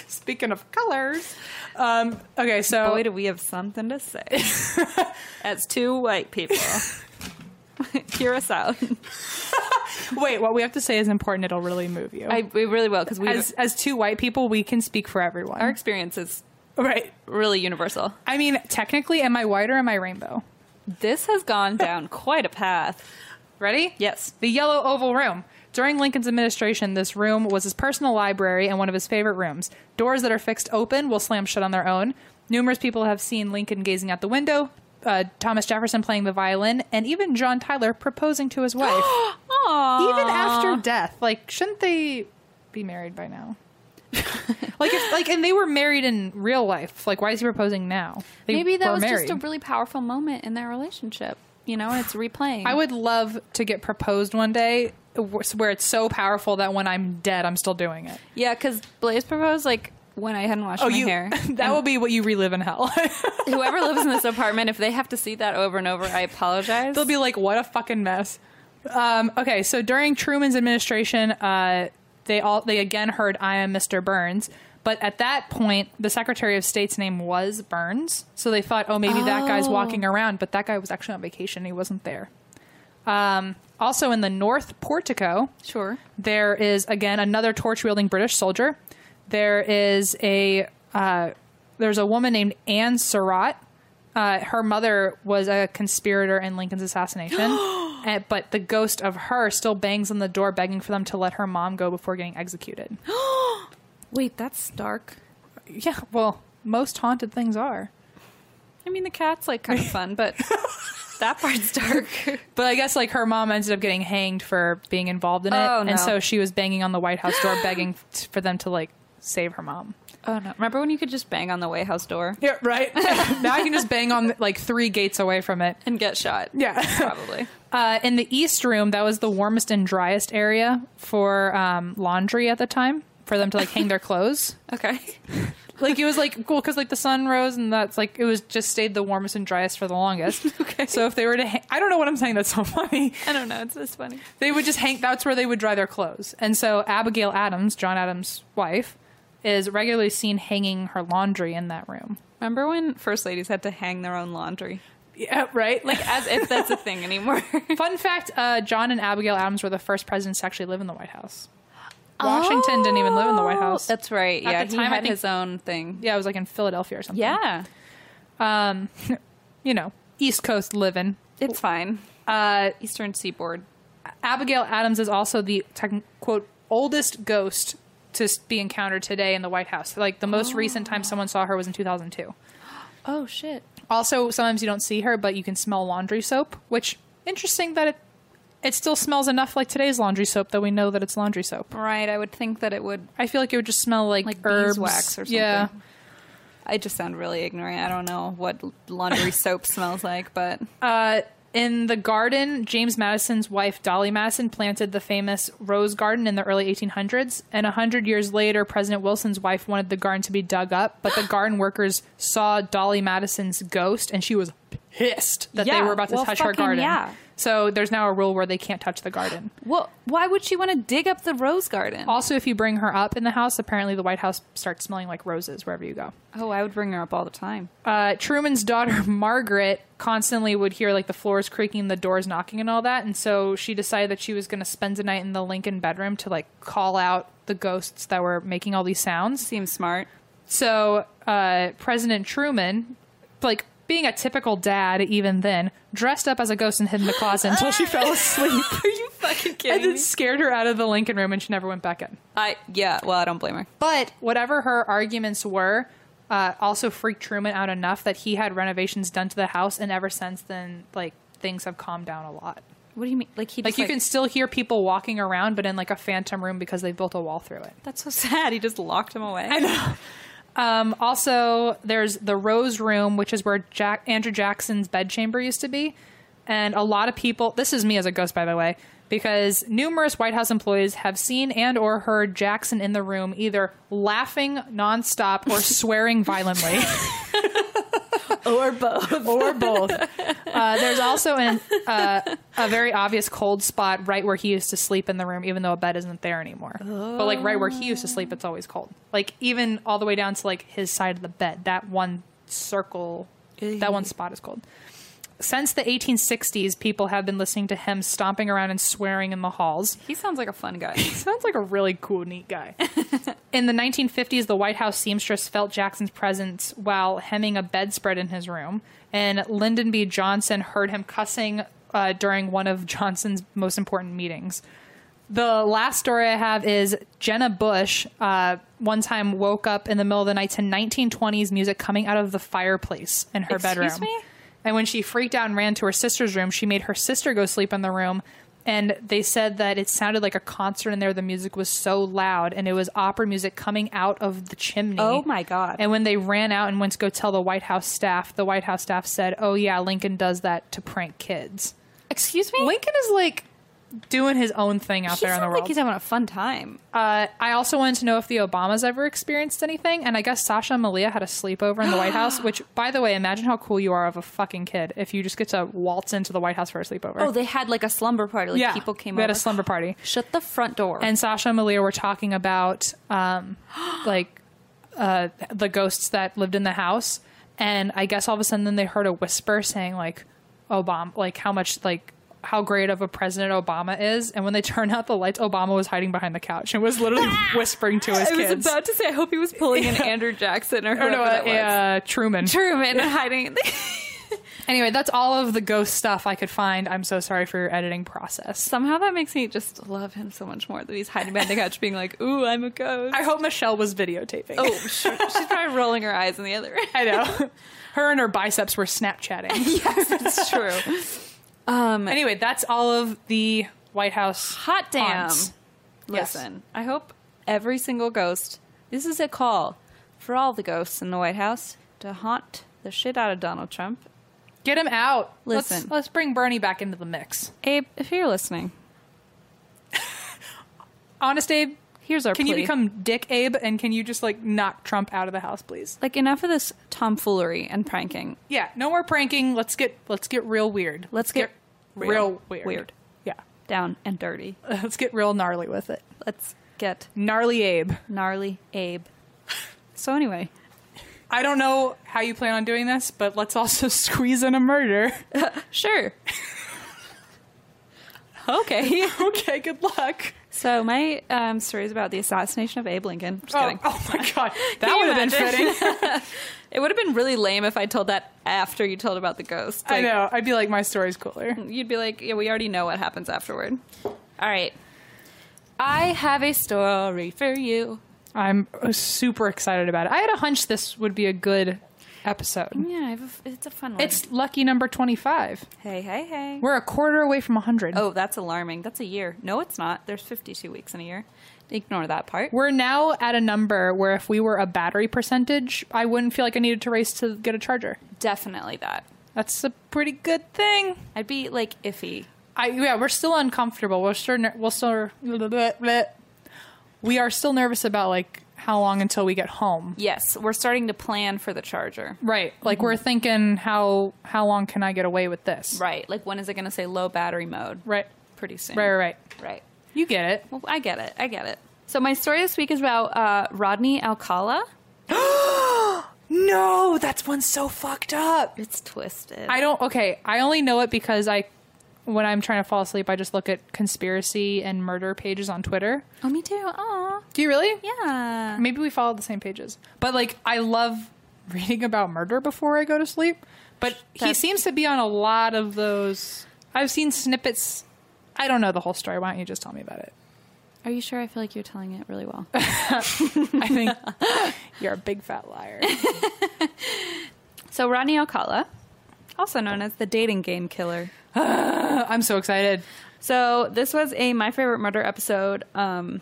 [SPEAKER 3] speaking of colors, um, okay, so
[SPEAKER 2] boy, do we have something to say <laughs> as two white <laughs> people. Hear us out.
[SPEAKER 3] Wait, what we have to say is important. It'll really move you.
[SPEAKER 2] I we really will because we
[SPEAKER 3] as as two white people, we can speak for everyone.
[SPEAKER 2] our experience is
[SPEAKER 3] right.
[SPEAKER 2] really universal.
[SPEAKER 3] I mean, technically, am I white or am I rainbow?
[SPEAKER 2] This has gone down quite a path.
[SPEAKER 3] Ready?
[SPEAKER 2] Yes.
[SPEAKER 3] The Yellow Oval Room. During Lincoln's administration, this room was his personal library and one of his favorite rooms. Doors that are fixed open will slam shut on their own. Numerous people have seen Lincoln gazing out the window, uh, Thomas Jefferson playing the violin, and even John Tyler proposing to
[SPEAKER 2] <gasps>
[SPEAKER 3] his wife.
[SPEAKER 2] Aww.
[SPEAKER 3] even after death like shouldn't they be married by
[SPEAKER 2] <laughs>
[SPEAKER 3] now like if like and they were married in real life like why is he proposing now They
[SPEAKER 2] Maybe that
[SPEAKER 3] were
[SPEAKER 2] was
[SPEAKER 3] married.
[SPEAKER 2] just a really powerful moment in their relationship, you know, and it's replaying.
[SPEAKER 3] i would love to get proposed one day wh- where it's so powerful that when i'm dead i'm still doing it
[SPEAKER 2] yeah, because Blaze proposed like when I hadn't washed my hair.
[SPEAKER 3] Oh,
[SPEAKER 2] <laughs>
[SPEAKER 3] <laughs> that will be what you relive in hell <laughs>
[SPEAKER 2] Whoever lives in this apartment, if they have to see that over and over, I apologize.
[SPEAKER 3] They'll be like, "What a fucking mess." Um, okay, so during Truman's administration, uh, they all they again heard "I am Mr. Burns," but at that point, the Secretary of State's name was Burns, so they thought, "Oh, maybe that guy's
[SPEAKER 2] Oh.
[SPEAKER 3] walking around," but that guy was actually on vacation; he wasn't there. Um, also in the North Portico,
[SPEAKER 2] Sure.
[SPEAKER 3] there is again another torch wielding British soldier. There is a uh, there's a woman named Anne Surratt. Uh, her mother was a conspirator in Lincoln's assassination,
[SPEAKER 2] <gasps>
[SPEAKER 3] and, but the ghost of her still bangs on the door, begging for them to let her mom go before getting
[SPEAKER 2] <gasps>
[SPEAKER 3] executed.
[SPEAKER 2] Wait, that's dark.
[SPEAKER 3] yeah, well, most haunted things are.
[SPEAKER 2] I mean, the cat's like kind of fun, <laughs> but that part's dark.
[SPEAKER 3] But I guess like her mom ended up getting hanged for being involved in it,
[SPEAKER 2] Oh, no.
[SPEAKER 3] and so she was banging on the White House door, begging t- for them to like save her mom.
[SPEAKER 2] oh no! Remember when you could just bang on the White House door
[SPEAKER 3] Yeah, <laughs> right. now I can just bang on like three gates away from it.
[SPEAKER 2] and get shot?
[SPEAKER 3] Yeah.
[SPEAKER 2] probably.
[SPEAKER 3] Uh, in the east room, that was the warmest and driest area for um, laundry at the time for them to like hang their <laughs> clothes.
[SPEAKER 2] <laughs> Okay.
[SPEAKER 3] Like it was like cool because like the sun rose and that's like it was just stayed the warmest and driest for the <laughs> longest.
[SPEAKER 2] Okay.
[SPEAKER 3] So if they were to, hang- I don't know what I'm saying. That's so funny.
[SPEAKER 2] I don't know. It's just funny.
[SPEAKER 3] They would just hang. That's where they would dry their clothes. And so Abigail Adams, John Adams' wife, is regularly seen hanging her laundry in that room.
[SPEAKER 2] Remember when first ladies had to hang their own laundry?
[SPEAKER 3] Yeah, right. Like
[SPEAKER 2] As if that's a thing <laughs> anymore.
[SPEAKER 3] Fun fact: uh, John and Abigail Adams were the first presidents to actually live in the White House. Washington didn't even live in the White House.
[SPEAKER 2] Oh, That's right.
[SPEAKER 3] At
[SPEAKER 2] yeah,
[SPEAKER 3] the
[SPEAKER 2] he
[SPEAKER 3] time, I
[SPEAKER 2] had
[SPEAKER 3] think-
[SPEAKER 2] his own thing.
[SPEAKER 3] yeah, it was like in Philadelphia or something.
[SPEAKER 2] Yeah,
[SPEAKER 3] um, you know, East Coast living.
[SPEAKER 2] it's fine.
[SPEAKER 3] Uh,
[SPEAKER 2] Eastern Seaboard.
[SPEAKER 3] Abigail Adams is also the tech- quote oldest ghost to s- be encountered today in the White House. Like the most recent time someone saw her was in 2002.
[SPEAKER 2] <gasps> Oh shit!
[SPEAKER 3] Also, sometimes you don't see her, but you can smell laundry soap, which interesting that it it still smells enough like today's laundry soap that we know that it's laundry soap.
[SPEAKER 2] Right, I would think that it would.
[SPEAKER 3] I feel like it would just smell like,
[SPEAKER 2] Like
[SPEAKER 3] herbs.
[SPEAKER 2] beeswax or
[SPEAKER 3] Yeah,
[SPEAKER 2] something. I just sound really ignorant. I don't know what <laughs> laundry soap smells like, but
[SPEAKER 3] Uh, in the garden, James Madison's wife, Dolly Madison, planted the famous Rose Garden in the early 1800s. And 100 years later, President Wilson's wife wanted the garden to be dug up,
[SPEAKER 2] <gasps>
[SPEAKER 3] but the garden workers saw Dolly Madison's ghost and she was pissed that they
[SPEAKER 2] Yeah,
[SPEAKER 3] were about to
[SPEAKER 2] well,
[SPEAKER 3] touch her
[SPEAKER 2] fucking
[SPEAKER 3] garden.
[SPEAKER 2] yeah.
[SPEAKER 3] So there's now a rule where they can't touch the garden.
[SPEAKER 2] well, why would she want to dig up the rose garden?
[SPEAKER 3] Also, if you bring her up in the house, apparently the White House starts smelling like roses wherever you go.
[SPEAKER 2] Oh, I would bring her up all the time.
[SPEAKER 3] uh, Truman's daughter <laughs> Margaret constantly would hear like the floors creaking, the doors knocking, and all that, and so she decided that she was going to spend the night in the Lincoln bedroom to like call out the ghosts that were making all these sounds.
[SPEAKER 2] Seems smart.
[SPEAKER 3] So uh, President Truman, like being a typical dad even then, dressed up as a ghost and hid in the closet until she fell asleep,
[SPEAKER 2] Are you fucking
[SPEAKER 3] and
[SPEAKER 2] kidding
[SPEAKER 3] then scared her out of the Lincoln room, and she never went back in.
[SPEAKER 2] <laughs> I yeah. Well, I don't blame her.
[SPEAKER 3] But whatever her arguments were, uh, also freaked Truman out enough that he had renovations done to the house, and ever since then, like things have calmed down a lot.
[SPEAKER 2] What do you mean? Like he
[SPEAKER 3] Like you can still hear people walking around, but in like a phantom room because they built a wall through it.
[SPEAKER 2] That's so sad. He just locked him away.
[SPEAKER 3] Um, also, there's the Rose Room, which is where Jack Andrew Jackson's bedchamber used to be, and a lot of people. This is me as a ghost, by the way, because numerous White House employees have seen and or heard Jackson in the room, either laughing nonstop or <laughs> swearing violently.
[SPEAKER 2] or both.
[SPEAKER 3] or both. Uh, there's also an, uh, a very obvious cold spot right where he used to sleep in the room, even though a bed isn't there anymore. But like right where he used to sleep, it's always cold. Like even all the way down to like his side of the bed, that one circle, that one spot is cold. Since the 1860s, people have been listening to him stomping around and swearing in the halls.
[SPEAKER 2] He sounds like a fun guy.
[SPEAKER 3] Sounds like a really cool, neat
[SPEAKER 2] <laughs>
[SPEAKER 3] guy. in the 1950s, the White House seamstress felt Jackson's presence while hemming a bedspread in his room, and Lyndon B. Johnson heard him cussing uh, during one of Johnson's most important meetings. The last story I have is Jenna Bush uh, one time woke up in the middle of the night to 1920s music coming out of the fireplace in her
[SPEAKER 2] Excuse
[SPEAKER 3] bedroom.
[SPEAKER 2] me?
[SPEAKER 3] And when she freaked out and ran to her sister's room, she made her sister go sleep in the room. And they said that it sounded like a concert in there. The music was so loud, and it was opera music coming out of the chimney.
[SPEAKER 2] <laughs> Oh, my God.
[SPEAKER 3] And when they ran out and went to go tell the White House staff, the White House staff said, "Oh yeah, Lincoln does that to prank kids."
[SPEAKER 2] Excuse me.
[SPEAKER 3] Lincoln is like doing his own thing out
[SPEAKER 2] he
[SPEAKER 3] there in
[SPEAKER 2] sounds
[SPEAKER 3] the world.
[SPEAKER 2] like he's having a fun time.
[SPEAKER 3] Uh, I also wanted to know if the Obamas ever experienced anything, and I guess Sasha and Malia had a sleepover in the
[SPEAKER 2] <gasps>
[SPEAKER 3] White House. Which, by the way, imagine how cool you are of a fucking kid if you just get to waltz into the White House for a sleepover.
[SPEAKER 2] Oh, they had like a slumber party. Like people came
[SPEAKER 3] We
[SPEAKER 2] over.
[SPEAKER 3] had a slumber party,
[SPEAKER 2] Shut the front door.
[SPEAKER 3] and Sasha and Malia were talking about
[SPEAKER 2] <gasps>
[SPEAKER 3] um, like uh, the ghosts that lived in the house, and I guess all of a sudden then they heard a whisper saying like Obama, like how much like how great of a president Obama is, and when they turned out the lights, Obama was hiding behind the couch and was
[SPEAKER 2] <laughs>
[SPEAKER 3] literally whispering to his
[SPEAKER 2] I
[SPEAKER 3] kids.
[SPEAKER 2] was about to say, I hope he was pulling <laughs> an Andrew Jackson or
[SPEAKER 3] or
[SPEAKER 2] whoever
[SPEAKER 3] no,
[SPEAKER 2] that was.
[SPEAKER 3] uh, Truman.
[SPEAKER 2] Oh, Truman <laughs> hiding.
[SPEAKER 3] anyway, that's all of the ghost stuff I could find. I'm so sorry for your editing process.
[SPEAKER 2] Somehow that makes me just love him so much more that he's hiding behind the couch, being like, "Ooh, I'm a ghost."
[SPEAKER 3] I hope Michelle was videotaping.
[SPEAKER 2] oh, sure. she's probably rolling her eyes in the other
[SPEAKER 3] <laughs> I know. Her and her biceps were <laughs> Snapchatting.
[SPEAKER 2] That's true. Um,
[SPEAKER 3] anyway, that's all of the White House
[SPEAKER 2] hot damn.
[SPEAKER 3] haunts. Yes.
[SPEAKER 2] Listen, I hope every single ghost. This is a call for all the ghosts in the White House to haunt the shit out of Donald Trump.
[SPEAKER 3] Get him out. Let's-
[SPEAKER 2] Listen.
[SPEAKER 3] let's, bring Bernie back into the mix.
[SPEAKER 2] Abe, if you're listening,
[SPEAKER 3] Honest Abe,
[SPEAKER 2] here's our
[SPEAKER 3] can you
[SPEAKER 2] plea.
[SPEAKER 3] become Dick Abe and can you just like knock Trump out of the house, please?
[SPEAKER 2] like enough of this tomfoolery and pranking?
[SPEAKER 3] Yeah, no more pranking. Let's get let's get real weird.
[SPEAKER 2] Let's get
[SPEAKER 3] real,
[SPEAKER 2] real
[SPEAKER 3] weird.
[SPEAKER 2] weird.
[SPEAKER 3] Yeah, <laughs>
[SPEAKER 2] Down and dirty.
[SPEAKER 3] let's get real gnarly with it.
[SPEAKER 2] Let's get
[SPEAKER 3] Gnarly Abe.
[SPEAKER 2] gnarly Abe. So anyway,
[SPEAKER 3] I don't know how you plan on doing this, but let's also <laughs> squeeze in a murder. <laughs>
[SPEAKER 2] sure. <laughs> okay.
[SPEAKER 3] okay, good luck.
[SPEAKER 2] So my um, story is about the assassination of Abe Lincoln. Just
[SPEAKER 3] Oh,
[SPEAKER 2] kidding.
[SPEAKER 3] oh my
[SPEAKER 2] <laughs>
[SPEAKER 3] god, that
[SPEAKER 2] you
[SPEAKER 3] would have been
[SPEAKER 2] <laughs> imagine?
[SPEAKER 3] fitting. <laughs>
[SPEAKER 2] It would have been really lame if I told that after you told about the ghost.
[SPEAKER 3] I
[SPEAKER 2] Like,
[SPEAKER 3] know. I'd be like, my story's cooler.
[SPEAKER 2] You'd be like, yeah, we already know what happens afterward. All right. I have a story for you.
[SPEAKER 3] I'm super excited about it. I had a hunch this would be a good episode.
[SPEAKER 2] Yeah, I have a, it's a fun one.
[SPEAKER 3] It's lucky number 25.
[SPEAKER 2] hey, hey, hey.
[SPEAKER 3] We're a quarter away from 100.
[SPEAKER 2] Oh, that's alarming. That's a year. No, it's not. There's 52 weeks in a year. Ignore that part.
[SPEAKER 3] We're now at a number where if we were a battery percentage, I wouldn't feel like I needed to race to get a charger.
[SPEAKER 2] Definitely that.
[SPEAKER 3] That's a pretty good thing.
[SPEAKER 2] I'd be like iffy.
[SPEAKER 3] I yeah, we're still uncomfortable. We're still ner- we'll still we are still nervous about like how long until we get home.
[SPEAKER 2] Yes, we're starting to plan for the charger.
[SPEAKER 3] Right. Like we're thinking how how long can I get away with this?
[SPEAKER 2] Right. Like when is it going to say low battery mode?
[SPEAKER 3] Right.
[SPEAKER 2] Pretty soon.
[SPEAKER 3] Right, right, right.
[SPEAKER 2] Right.
[SPEAKER 3] You get it.
[SPEAKER 2] Well, I get it. I get it. So my story this week is about uh, Rodney Alcala.
[SPEAKER 3] No, that's one's so fucked up.
[SPEAKER 2] It's twisted.
[SPEAKER 3] I don't. Okay, I only know it because I, when I'm trying to fall asleep, I just look at conspiracy and murder pages on Twitter.
[SPEAKER 2] oh, me too. Aw.
[SPEAKER 3] Do you really?
[SPEAKER 2] Yeah.
[SPEAKER 3] Maybe we follow the same pages. But like, I love reading about murder before I go to sleep. But he
[SPEAKER 2] That's-
[SPEAKER 3] seems to be on a lot of those. I've seen snippets. I don't know the whole story. Why don't you just tell me about it?
[SPEAKER 2] Are you sure? I feel like you're telling it really well. <laughs>
[SPEAKER 3] I think you're a big fat liar. <laughs>
[SPEAKER 2] so Rodney Alcala, also known as the dating game killer.
[SPEAKER 3] I'm so excited.
[SPEAKER 2] So this was a my favorite murder episode, um,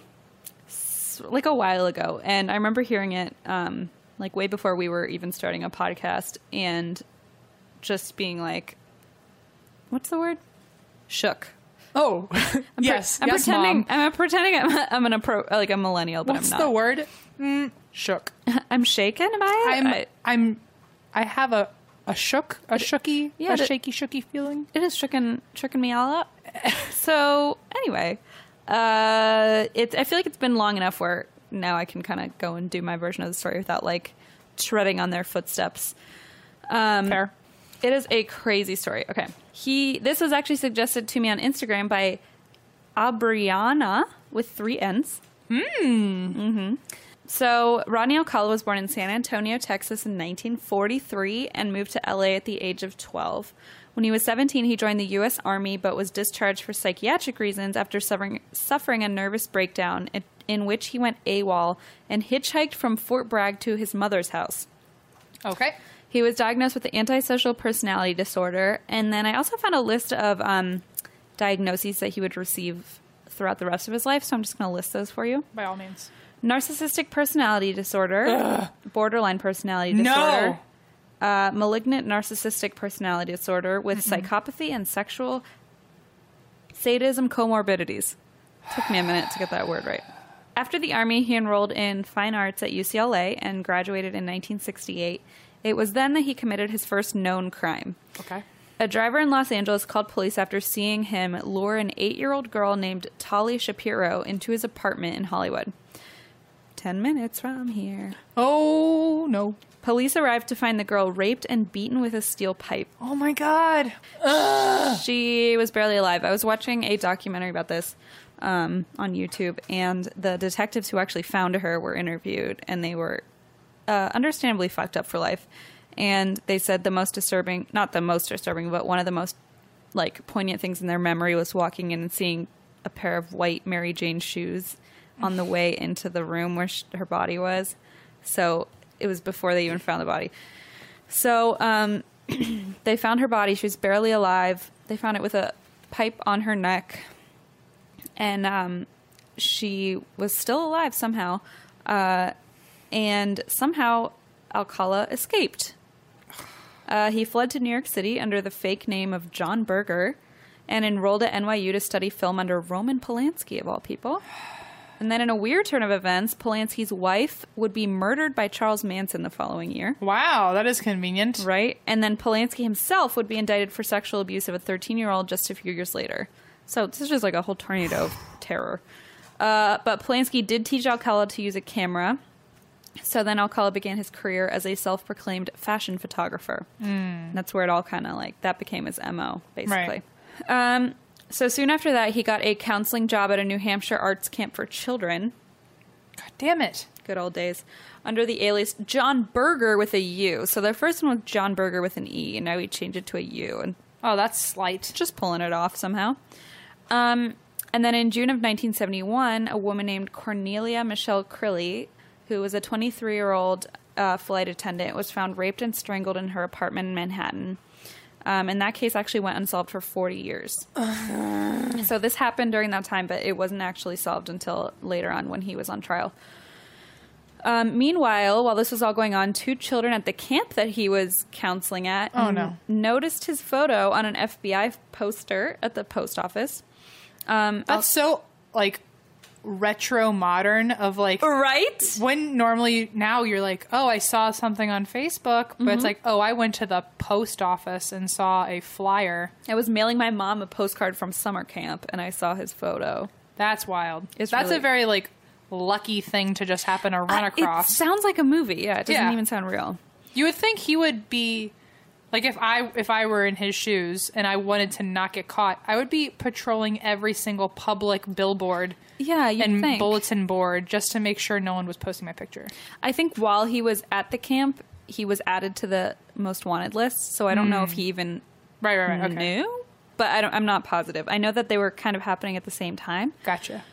[SPEAKER 2] s- like a while ago, and I remember hearing it um, like way before we were even starting a podcast, and just being like, "What's the word?" Shook.
[SPEAKER 3] Oh,
[SPEAKER 2] I'm pre-
[SPEAKER 3] <laughs> yes,
[SPEAKER 2] I'm
[SPEAKER 3] yes,
[SPEAKER 2] pretending.
[SPEAKER 3] Mom.
[SPEAKER 2] I'm pretending I'm, I'm an appro like a millennial, but
[SPEAKER 3] What's
[SPEAKER 2] I'm
[SPEAKER 3] the
[SPEAKER 2] not.
[SPEAKER 3] word? Mm,
[SPEAKER 2] <laughs>
[SPEAKER 3] shook.
[SPEAKER 2] I'm shaken by it.
[SPEAKER 3] I'm
[SPEAKER 2] I-
[SPEAKER 3] I'm I have a a shook a shooky
[SPEAKER 2] yeah,
[SPEAKER 3] a
[SPEAKER 2] that-
[SPEAKER 3] shaky shooky feeling.
[SPEAKER 2] it is tricking tricking me all up. <laughs> so anyway, uh, it I feel like it's been long enough where now I can kind of go and do my version of the story without like treading on their footsteps. Um,
[SPEAKER 3] Fair.
[SPEAKER 2] It is a crazy story. Okay, he. This was actually suggested to me on Instagram by Abriana with three N's. So, Rodney Alcala was born in San Antonio, Texas in 1943 and moved to LA at the age of 12. When he was 17, he joined the U.S. Army but was discharged for psychiatric reasons after suffering, suffering a nervous breakdown in, in which he went AWOL and hitchhiked from Fort Bragg to his mother's house.
[SPEAKER 3] Okay.
[SPEAKER 2] He was diagnosed with antisocial personality disorder, and then I also found a list of um, diagnoses that he would receive throughout the rest of his life, so I'm just going to list those for you
[SPEAKER 3] By all means.
[SPEAKER 2] narcissistic personality disorder, borderline personality disorder, uh, malignant narcissistic personality disorder with psychopathy and sexual sadism comorbidities. Took me a minute to get that word right. After the Army, he enrolled in fine arts at UCLA and graduated in 1968. It was then that he committed his first known crime.
[SPEAKER 3] Okay.
[SPEAKER 2] A driver in Los Angeles called police after seeing him lure an eight year old girl named Tali Shapiro into his apartment in Hollywood. Ten minutes from here.
[SPEAKER 3] Oh no.
[SPEAKER 2] Police arrived to find the girl raped and beaten with a steel pipe.
[SPEAKER 3] Oh my god.
[SPEAKER 2] She was barely alive. I was watching a documentary about this um, on YouTube, and the detectives who actually found her were interviewed, and they were uh, understandably fucked up for life. And they said the most disturbing, not the most disturbing, but one of the most like poignant things in their memory was walking in and seeing a pair of white Mary Jane shoes on the way into the room where sh her body was. So it was before they even found the body. So um, they found her body. She was barely alive. They found it with a pipe on her neck, and um, she was still alive somehow. Uh, and somehow Alcala escaped. Uh, he fled to New York City under the fake name of John Berger and enrolled at NYU to study film under Roman Polanski, of all people. And then, in a weird turn of events, Polanski's wife would be murdered by Charles Manson the following year.
[SPEAKER 3] Wow, that is convenient.
[SPEAKER 2] Right? And then Polanski himself would be indicted for sexual abuse of a 13 year old just a few years later. So this is just like a whole tornado of terror. Uh, but Polanski did teach Alcala to use a camera. So then Alcala began his career as a self proclaimed fashion photographer. Mm. That's where it all kind of like, that became his MO, basically. Um, so soon after that, he got a counseling job at a New Hampshire arts camp for children.
[SPEAKER 3] God damn it.
[SPEAKER 2] Good old days. Under the alias John Berger with a U. So their first one was John Berger with an E, and now we changed it to a U, and
[SPEAKER 3] Oh, that's slight.
[SPEAKER 2] just pulling it off somehow. Um, and then in June of 1971, a woman named Cornelia Michelle Crilly, who was a 23 year old uh, flight attendant, was found raped and strangled in her apartment in Manhattan. Um, and that case actually went unsolved for 40 years. so this happened during that time, but it wasn't actually solved until later on when he was on trial. Um, meanwhile, while this was all going on, two children at the camp that he was counseling at
[SPEAKER 3] Oh, no.
[SPEAKER 2] noticed his photo on an FBI poster at the post office. Um,
[SPEAKER 3] That's so like retro modern of like
[SPEAKER 2] I'll- right?
[SPEAKER 3] when normally now you're like, oh, I saw something on Facebook, but it's like, oh, I went to the post office and saw a flyer.
[SPEAKER 2] I was mailing my mom a postcard from summer camp, and I saw his photo.
[SPEAKER 3] That's wild.
[SPEAKER 2] It's
[SPEAKER 3] That's
[SPEAKER 2] really-
[SPEAKER 3] a very like lucky thing to just happen to run
[SPEAKER 2] I-
[SPEAKER 3] across.
[SPEAKER 2] It sounds like a movie. Yeah, it doesn't
[SPEAKER 3] Yeah.
[SPEAKER 2] even sound real.
[SPEAKER 3] You would think he would be like if I if I were in his shoes and I wanted to not get caught, I would be patrolling every single public billboard
[SPEAKER 2] Yeah, you
[SPEAKER 3] and
[SPEAKER 2] think.
[SPEAKER 3] bulletin board just to make sure no one was posting my picture.
[SPEAKER 2] I think while he was at the camp, he was added to the most wanted list. So I don't know if he even
[SPEAKER 3] Right, right, right. Okay.
[SPEAKER 2] knew, but I don't, I'm not positive. I know that they were kind of happening at the same time.
[SPEAKER 3] Gotcha.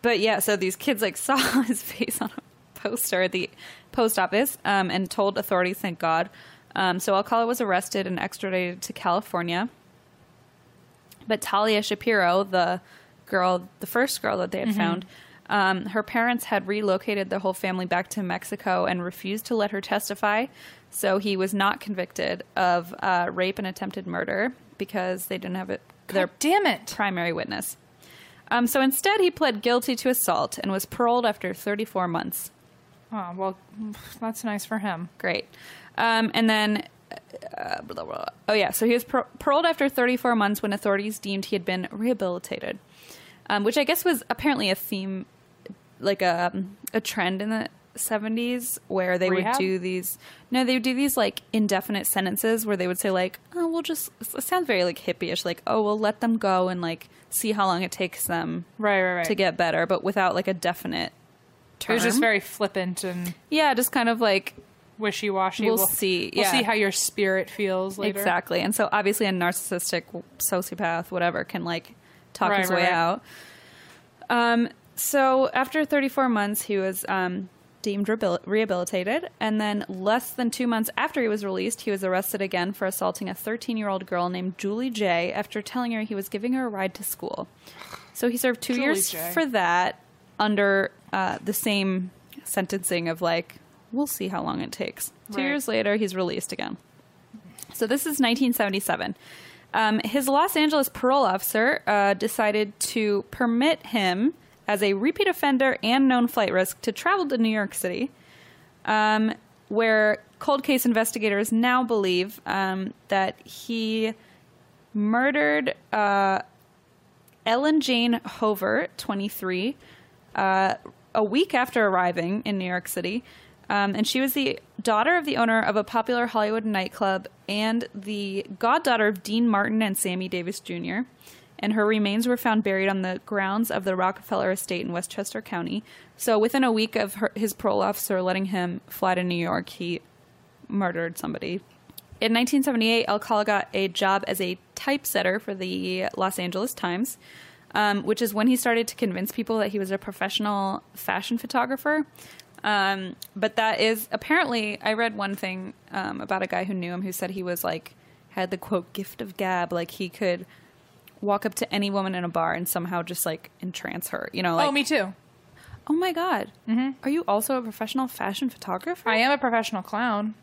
[SPEAKER 2] but yeah, so these kids like <laughs> saw his face on a poster at the post office um, and told authorities. Thank God. Um, so Alcala was arrested and extradited to California. But Talia Shapiro, the girl, the first girl that they had found, um, her parents had relocated the whole family back to Mexico and refused to let her testify. So he was not convicted of uh, rape and attempted murder because they didn't have it. Their
[SPEAKER 3] God damn it.
[SPEAKER 2] primary witness. Um, so instead, he pled guilty to assault and was paroled after 34 months.
[SPEAKER 3] Oh, well, that's nice for him.
[SPEAKER 2] Great. Um, and then, uh, blah, blah, blah. oh yeah, so he was par- paroled after 34 months when authorities deemed he had been rehabilitated, um, which I guess was apparently a theme, like a um, a trend in the 70s where they
[SPEAKER 3] Rehab?
[SPEAKER 2] would do these. No, they would do these like indefinite sentences where they would say like, oh, we'll just. It sounds very like hippie-ish, like, oh, we'll let them go and like see how long it takes them
[SPEAKER 3] Right, right, right.
[SPEAKER 2] to get better, but without like a definite
[SPEAKER 3] it
[SPEAKER 2] term.
[SPEAKER 3] was just very flippant and
[SPEAKER 2] yeah, just kind of like
[SPEAKER 3] wishy washy.
[SPEAKER 2] We'll see,
[SPEAKER 3] We'll
[SPEAKER 2] yeah.
[SPEAKER 3] see how your spirit feels later.
[SPEAKER 2] exactly. And so obviously a narcissistic sociopath, whatever, can like talk
[SPEAKER 3] Right,
[SPEAKER 2] his
[SPEAKER 3] right,
[SPEAKER 2] way
[SPEAKER 3] right.
[SPEAKER 2] out. Um, so after 34 months, he was um, deemed rehabil- rehabilitated, and then less than two months after he was released, he was arrested again for assaulting a 13-year-old girl named Julie J. After telling her he was giving her a ride to school, so he served two
[SPEAKER 3] Julie
[SPEAKER 2] years
[SPEAKER 3] J.
[SPEAKER 2] for that under uh, the same sentencing of like we'll see how long it takes. Two
[SPEAKER 3] Right.
[SPEAKER 2] years later, he's released again. So this is 1977. Um, his Los Angeles parole officer uh, decided to permit him, as a repeat offender and known flight risk, to travel to New York City, um, where cold case investigators now believe um, that he murdered uh, Ellen Jane Hover, 23, uh, a week after arriving in New York City, Um, and she was the daughter of the owner of a popular Hollywood nightclub and the goddaughter of Dean Martin and Sammy Davis Jr. And her remains were found buried on the grounds of the Rockefeller Estate in Westchester County. So within a week of her, his parole officer letting him fly to New York, he murdered somebody. In 1978, Alcala got a job as a typesetter for the Los Angeles Times, um, which is when he started to convince people that he was a professional fashion photographer. Um, but that is apparently, I read one thing um, about a guy who knew him who said he was like, had the quote, gift of gab. Like he could walk up to any woman in a bar and somehow just like entrance her, you know? Like,
[SPEAKER 3] oh, me too.
[SPEAKER 2] "Oh my God. Are you also a professional fashion photographer?
[SPEAKER 3] I am a professional clown.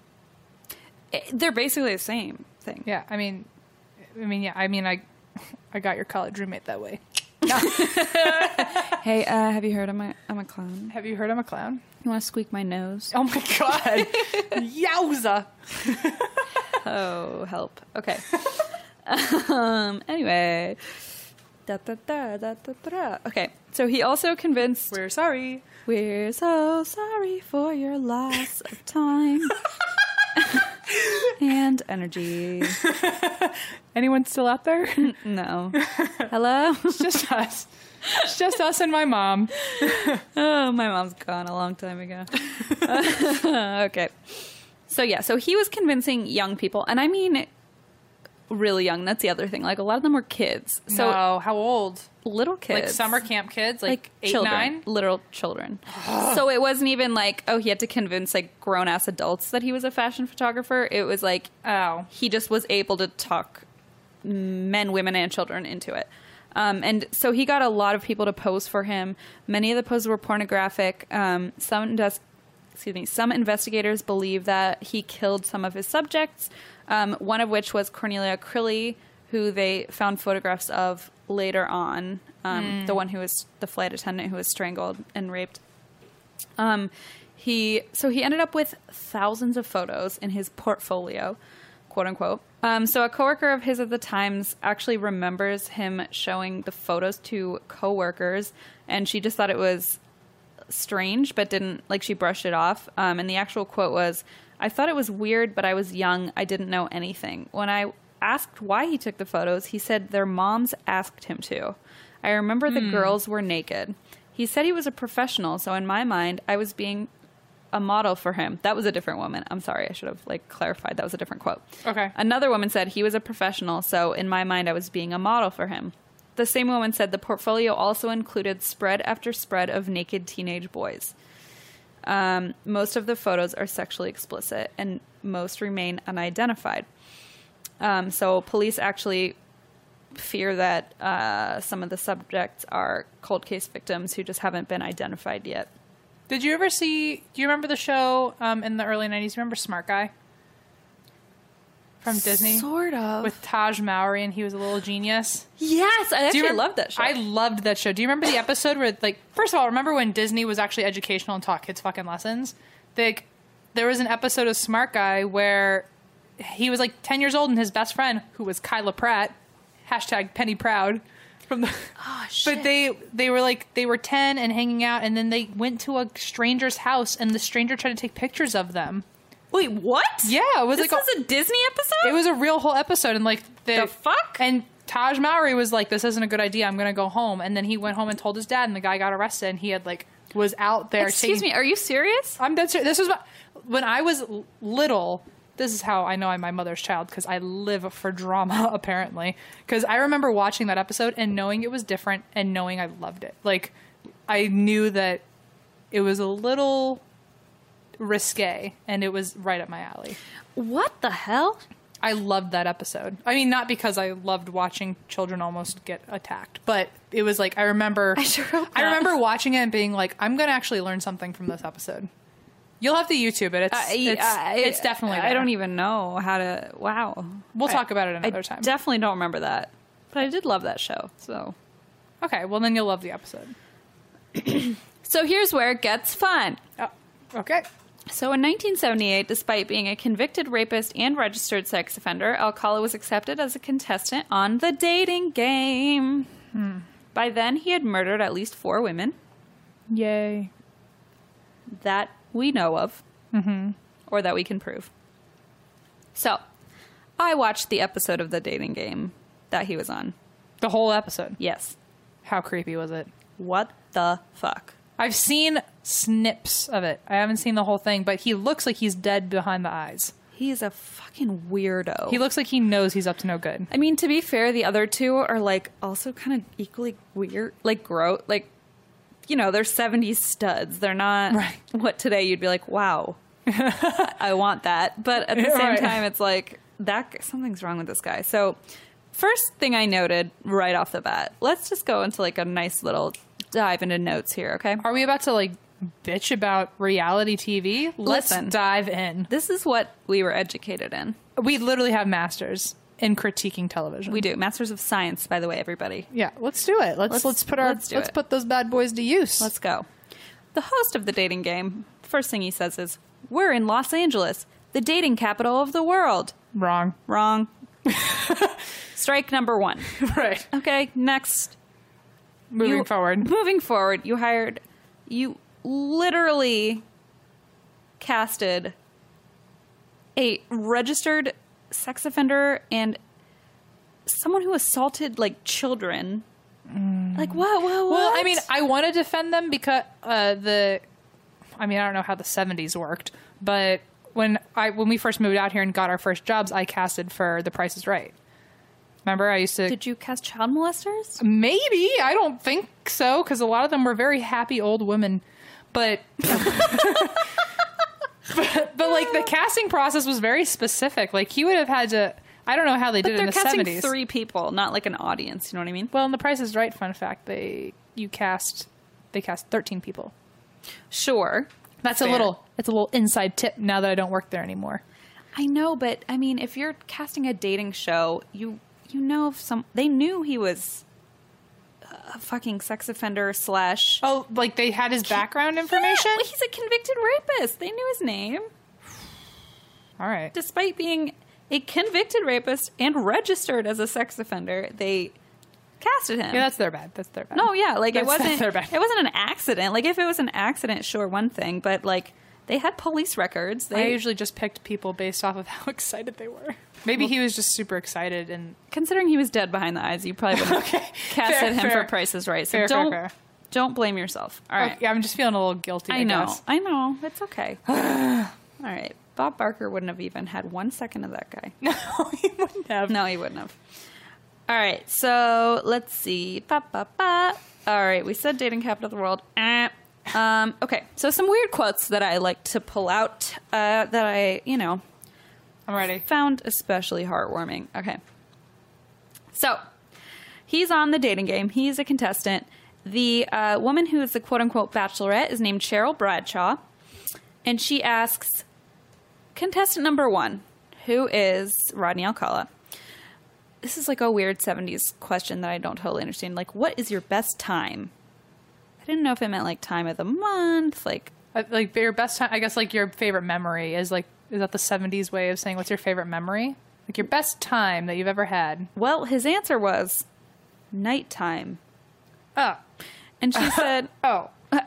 [SPEAKER 2] It- eh, they're basically the same thing.
[SPEAKER 3] Yeah, I mean, I mean, yeah, I mean, I, I got your college roommate that way.
[SPEAKER 2] Hey, uh, have you heard I'm a I'm a clown?
[SPEAKER 3] Have you heard I'm a clown?
[SPEAKER 2] You want to squeak my nose?
[SPEAKER 3] Oh my <laughs> god, yowza!
[SPEAKER 2] <laughs> Oh, help! <laughs> Okay. um. Anyway. Da, da, da, da, da, da. Okay. So he also convinced we're,
[SPEAKER 3] We're sorry.
[SPEAKER 2] so sorry for your loss of <laughs> time and energy. <laughs>
[SPEAKER 3] Anyone still out there?
[SPEAKER 2] <laughs> No. Hello.
[SPEAKER 3] It's just us. It's just us and my mom.
[SPEAKER 2] Oh, my mom's gone a long
[SPEAKER 3] <laughs>
[SPEAKER 2] time ago. <laughs> okay. So, yeah, so he was convincing young people, and I mean really young. That's the other thing. Like, a lot of them were kids. So,
[SPEAKER 3] no, how old?
[SPEAKER 2] little kids.
[SPEAKER 3] Like summer camp kids, like,
[SPEAKER 2] Like
[SPEAKER 3] eight,
[SPEAKER 2] children,
[SPEAKER 3] nine.
[SPEAKER 2] literal
[SPEAKER 3] <gasps>
[SPEAKER 2] children. so it wasn't even like, oh, he had to convince like grown ass adults that he was a fashion photographer. It was like
[SPEAKER 3] Oh,
[SPEAKER 2] he just was able to talk men, women, and children into it. Um, and so he got a lot of people to pose for him. Many of the poses were pornographic. Um, some inves- excuse me, some investigators believe that he killed some of his subjects. Um, one of which was Cornelia Crilly, who they found photographs of later on. Um, The one who was the flight attendant who was strangled and raped. Um, he so he ended up with thousands of photos in his portfolio, quote unquote. Um, so a coworker of his at the Times actually remembers him showing the photos to coworkers, and she just thought it was strange, but didn't like she brushed it off. Um, and the actual quote was, "I thought it was weird, but I was young. I didn't know anything. When I asked why he took the photos, he said their moms asked him to. I remember the girls were naked. He said he was a professional, so in my mind, I was being." A model for him. That was a different woman. I'm sorry, I should have like clarified. That was a different quote.
[SPEAKER 3] Okay.
[SPEAKER 2] Another woman said he was a professional, so in my mind, I was being a model for him. The same woman said the portfolio also included spread after spread of naked teenage boys. Um, most of the photos are sexually explicit, and most remain unidentified. Um, so police actually fear that uh, some of the subjects are cold case victims who just haven't been identified yet.
[SPEAKER 3] Did you ever see? Do you remember the show um, in the early '90s? Remember Smart Guy from Disney
[SPEAKER 2] Sort of.
[SPEAKER 3] with Taj Mowry, and he was a little genius.
[SPEAKER 2] yes, I
[SPEAKER 3] Do
[SPEAKER 2] actually
[SPEAKER 3] you remember-
[SPEAKER 2] love that show.
[SPEAKER 3] I loved that show. Do you remember the episode where, like, first of all, remember when Disney was actually educational and taught kids fucking lessons? Like, there was an episode of Smart Guy where he was like 10 years old and his best friend, who was Kyla Pratt, hashtag Penny Proud. From the,
[SPEAKER 2] oh,
[SPEAKER 3] but they they were like they were ten and hanging out, and then they went to a stranger's house, and the stranger tried to take pictures of them.
[SPEAKER 2] Wait, what?
[SPEAKER 3] Yeah, it was
[SPEAKER 2] this
[SPEAKER 3] like a-
[SPEAKER 2] was a Disney episode.
[SPEAKER 3] It was a real whole episode, and like the,
[SPEAKER 2] The fuck?
[SPEAKER 3] And Taj Mowry was like, "This isn't a good idea. I'm gonna go home." And then he went home and told his dad, and the guy got arrested, and he had like was out there.
[SPEAKER 2] Excuse
[SPEAKER 3] taking-
[SPEAKER 2] me, are you serious?
[SPEAKER 3] I'm dead serious. This was what, when I was l- little. This is how I know I'm my mother's child because I live for drama, <laughs> apparently. Because I remember watching that episode and knowing it was different and knowing I loved it. Like, I knew that it was a little risque and it was right up my alley.
[SPEAKER 2] What the hell?
[SPEAKER 3] I loved that episode. I mean, not because I loved watching children almost get attacked, but it was like I remember.
[SPEAKER 2] <laughs>
[SPEAKER 3] I
[SPEAKER 2] sure hope
[SPEAKER 3] I
[SPEAKER 2] not.
[SPEAKER 3] remember watching it and being like, "I'm going to actually learn something from this episode." You'll have to YouTube it. It's it's, it's definitely.
[SPEAKER 2] I
[SPEAKER 3] there.
[SPEAKER 2] don't e- even know how to. Wow.
[SPEAKER 3] We'll
[SPEAKER 2] I-
[SPEAKER 3] talk about it
[SPEAKER 2] I
[SPEAKER 3] another time.
[SPEAKER 2] definitely don't remember that, but I did love that show. So,
[SPEAKER 3] okay, well then you'll love the episode.
[SPEAKER 2] so here's where it gets fun.
[SPEAKER 3] Oh, okay.
[SPEAKER 2] So in 1978, despite being a convicted rapist and registered sex offender, Alcala was accepted as a contestant on the dating game.
[SPEAKER 3] Hmm.
[SPEAKER 2] By then, he had murdered at least four women
[SPEAKER 3] Yay.
[SPEAKER 2] that we know of.
[SPEAKER 3] Mm-hmm.
[SPEAKER 2] or that we can prove. So, I watched the episode of the dating game that he was on.
[SPEAKER 3] The whole episode.
[SPEAKER 2] Yes.
[SPEAKER 3] How creepy was it?
[SPEAKER 2] What the fuck?
[SPEAKER 3] I've seen snips of it. I haven't seen the whole thing, but he looks like he's dead behind the eyes.
[SPEAKER 2] He's a fucking weirdo.
[SPEAKER 3] He looks like he knows he's up to no good.
[SPEAKER 2] I mean, to be fair, the other two are like also kind of equally weird, like gross, like you know, they're '70s studs. They're not
[SPEAKER 3] Right.
[SPEAKER 2] <laughs> what today you'd be
[SPEAKER 3] <laughs>
[SPEAKER 2] like, wow, I want that. But at the
[SPEAKER 3] Yeah,
[SPEAKER 2] same
[SPEAKER 3] right.
[SPEAKER 2] time, it's like that g- something's wrong with this guy. So, first thing I noted right off the bat, let's just go into like a nice little dive into notes here, okay?
[SPEAKER 3] Are we about to like bitch about reality TV?
[SPEAKER 2] Listen.
[SPEAKER 3] Let's dive in.
[SPEAKER 2] This is what we were educated in.
[SPEAKER 3] We literally have masters in critiquing television.
[SPEAKER 2] We do Masters of Science, by the way, everybody.
[SPEAKER 3] Yeah, let's do it. Let's
[SPEAKER 2] Let's-
[SPEAKER 3] let's, put our
[SPEAKER 2] let's
[SPEAKER 3] let's,
[SPEAKER 2] do it.
[SPEAKER 3] put those bad boys to use.
[SPEAKER 2] Let's go. The host of the dating game, first thing he says is, We're in Los Angeles, the dating capital of the world. <laughs>
[SPEAKER 3] Wrong.
[SPEAKER 2] Wrong. Strike number one.
[SPEAKER 3] Right.
[SPEAKER 2] Okay, next.
[SPEAKER 3] Moving
[SPEAKER 2] You-
[SPEAKER 3] forward.
[SPEAKER 2] Moving forward, you hired, you literally casted a registered sex offender and someone who assaulted like children. Like what? What?
[SPEAKER 3] Mm. Well, I
[SPEAKER 2] what?
[SPEAKER 3] mean, I want to defend them because uh, the, I mean, I don't know how the '70s worked, but when I when we first moved out here and got our first jobs, I casted for The Price Is Right. Remember, I used to
[SPEAKER 2] did you cast child molesters?
[SPEAKER 3] maybe I don't think so because a lot of them were very happy old women, but. <laughs> but, but like the casting process was very specific. Like he would have had to. I don't know how they did it in
[SPEAKER 2] they're
[SPEAKER 3] the
[SPEAKER 2] casting
[SPEAKER 3] 70s.
[SPEAKER 2] three people, not like an audience. You know what I mean?
[SPEAKER 3] Well, in the Price is Right fun fact, they you cast they cast thirteen people.
[SPEAKER 2] Sure,
[SPEAKER 3] That's a
[SPEAKER 2] Fair.
[SPEAKER 3] little that's a little inside tip now that I don't work there anymore.
[SPEAKER 2] I know, but I mean, if you're casting a dating show, you you know if some they knew he was a fucking sex offender slash
[SPEAKER 3] Oh, like they had his background information?
[SPEAKER 2] Yeah, he's a convicted rapist. They knew his name,
[SPEAKER 3] All right.
[SPEAKER 2] despite being a convicted rapist and registered as a sex offender. They casted him.
[SPEAKER 3] Yeah, that's their bad. That's their bad.
[SPEAKER 2] No, yeah, like it
[SPEAKER 3] That's- <laughs> that's
[SPEAKER 2] wasn't.
[SPEAKER 3] their bad.
[SPEAKER 2] It wasn't an accident. Like if it was an accident, sure, one thing, but like they had police records.
[SPEAKER 3] I
[SPEAKER 2] They
[SPEAKER 3] usually just picked people based off of <laughs> how excited they were. Maybe he was just super excited and
[SPEAKER 2] considering he was dead behind the eyes,
[SPEAKER 3] <laughs>
[SPEAKER 2] you probably would have casted
[SPEAKER 3] Fair,
[SPEAKER 2] him
[SPEAKER 3] fair.
[SPEAKER 2] for prices right. So
[SPEAKER 3] Fair, fair,
[SPEAKER 2] don't
[SPEAKER 3] fair.
[SPEAKER 2] don't blame yourself. All right.
[SPEAKER 3] Okay, I'm just feeling a little guilty. I,
[SPEAKER 2] I know.
[SPEAKER 3] guess. <laughs>
[SPEAKER 2] I know.
[SPEAKER 3] <sighs>
[SPEAKER 2] It's okay. All right. Bob Barker wouldn't have even had one second of that guy.
[SPEAKER 3] No, he wouldn't have.
[SPEAKER 2] No, he wouldn't have. All right. So let's see. Ba, ba, ba. All right. We said dating capital of the world. Eh. Um, okay. So some weird quotes that I like to pull out uh, that I, you know,
[SPEAKER 3] I'm ready.
[SPEAKER 2] found especially heartwarming. Okay. So he's on the dating game. He's a contestant. The uh, woman who is the quote unquote bachelorette is named Cheryl Bradshaw. And she asks contestant number one, who is Rodney Alcala? This is like a weird 70s question that I don't totally understand. Like, what is your best time? I didn't know if it meant like time of the month, like
[SPEAKER 3] Uh, Like your best time, I guess. Like your favorite memory is like is that the '70s way of saying what's your favorite memory? Like your best time that you've ever had.
[SPEAKER 2] Well, his answer was nighttime.
[SPEAKER 3] Oh,
[SPEAKER 2] And
[SPEAKER 3] <laughs>
[SPEAKER 2] she said,
[SPEAKER 3] oh,
[SPEAKER 2] <laughs>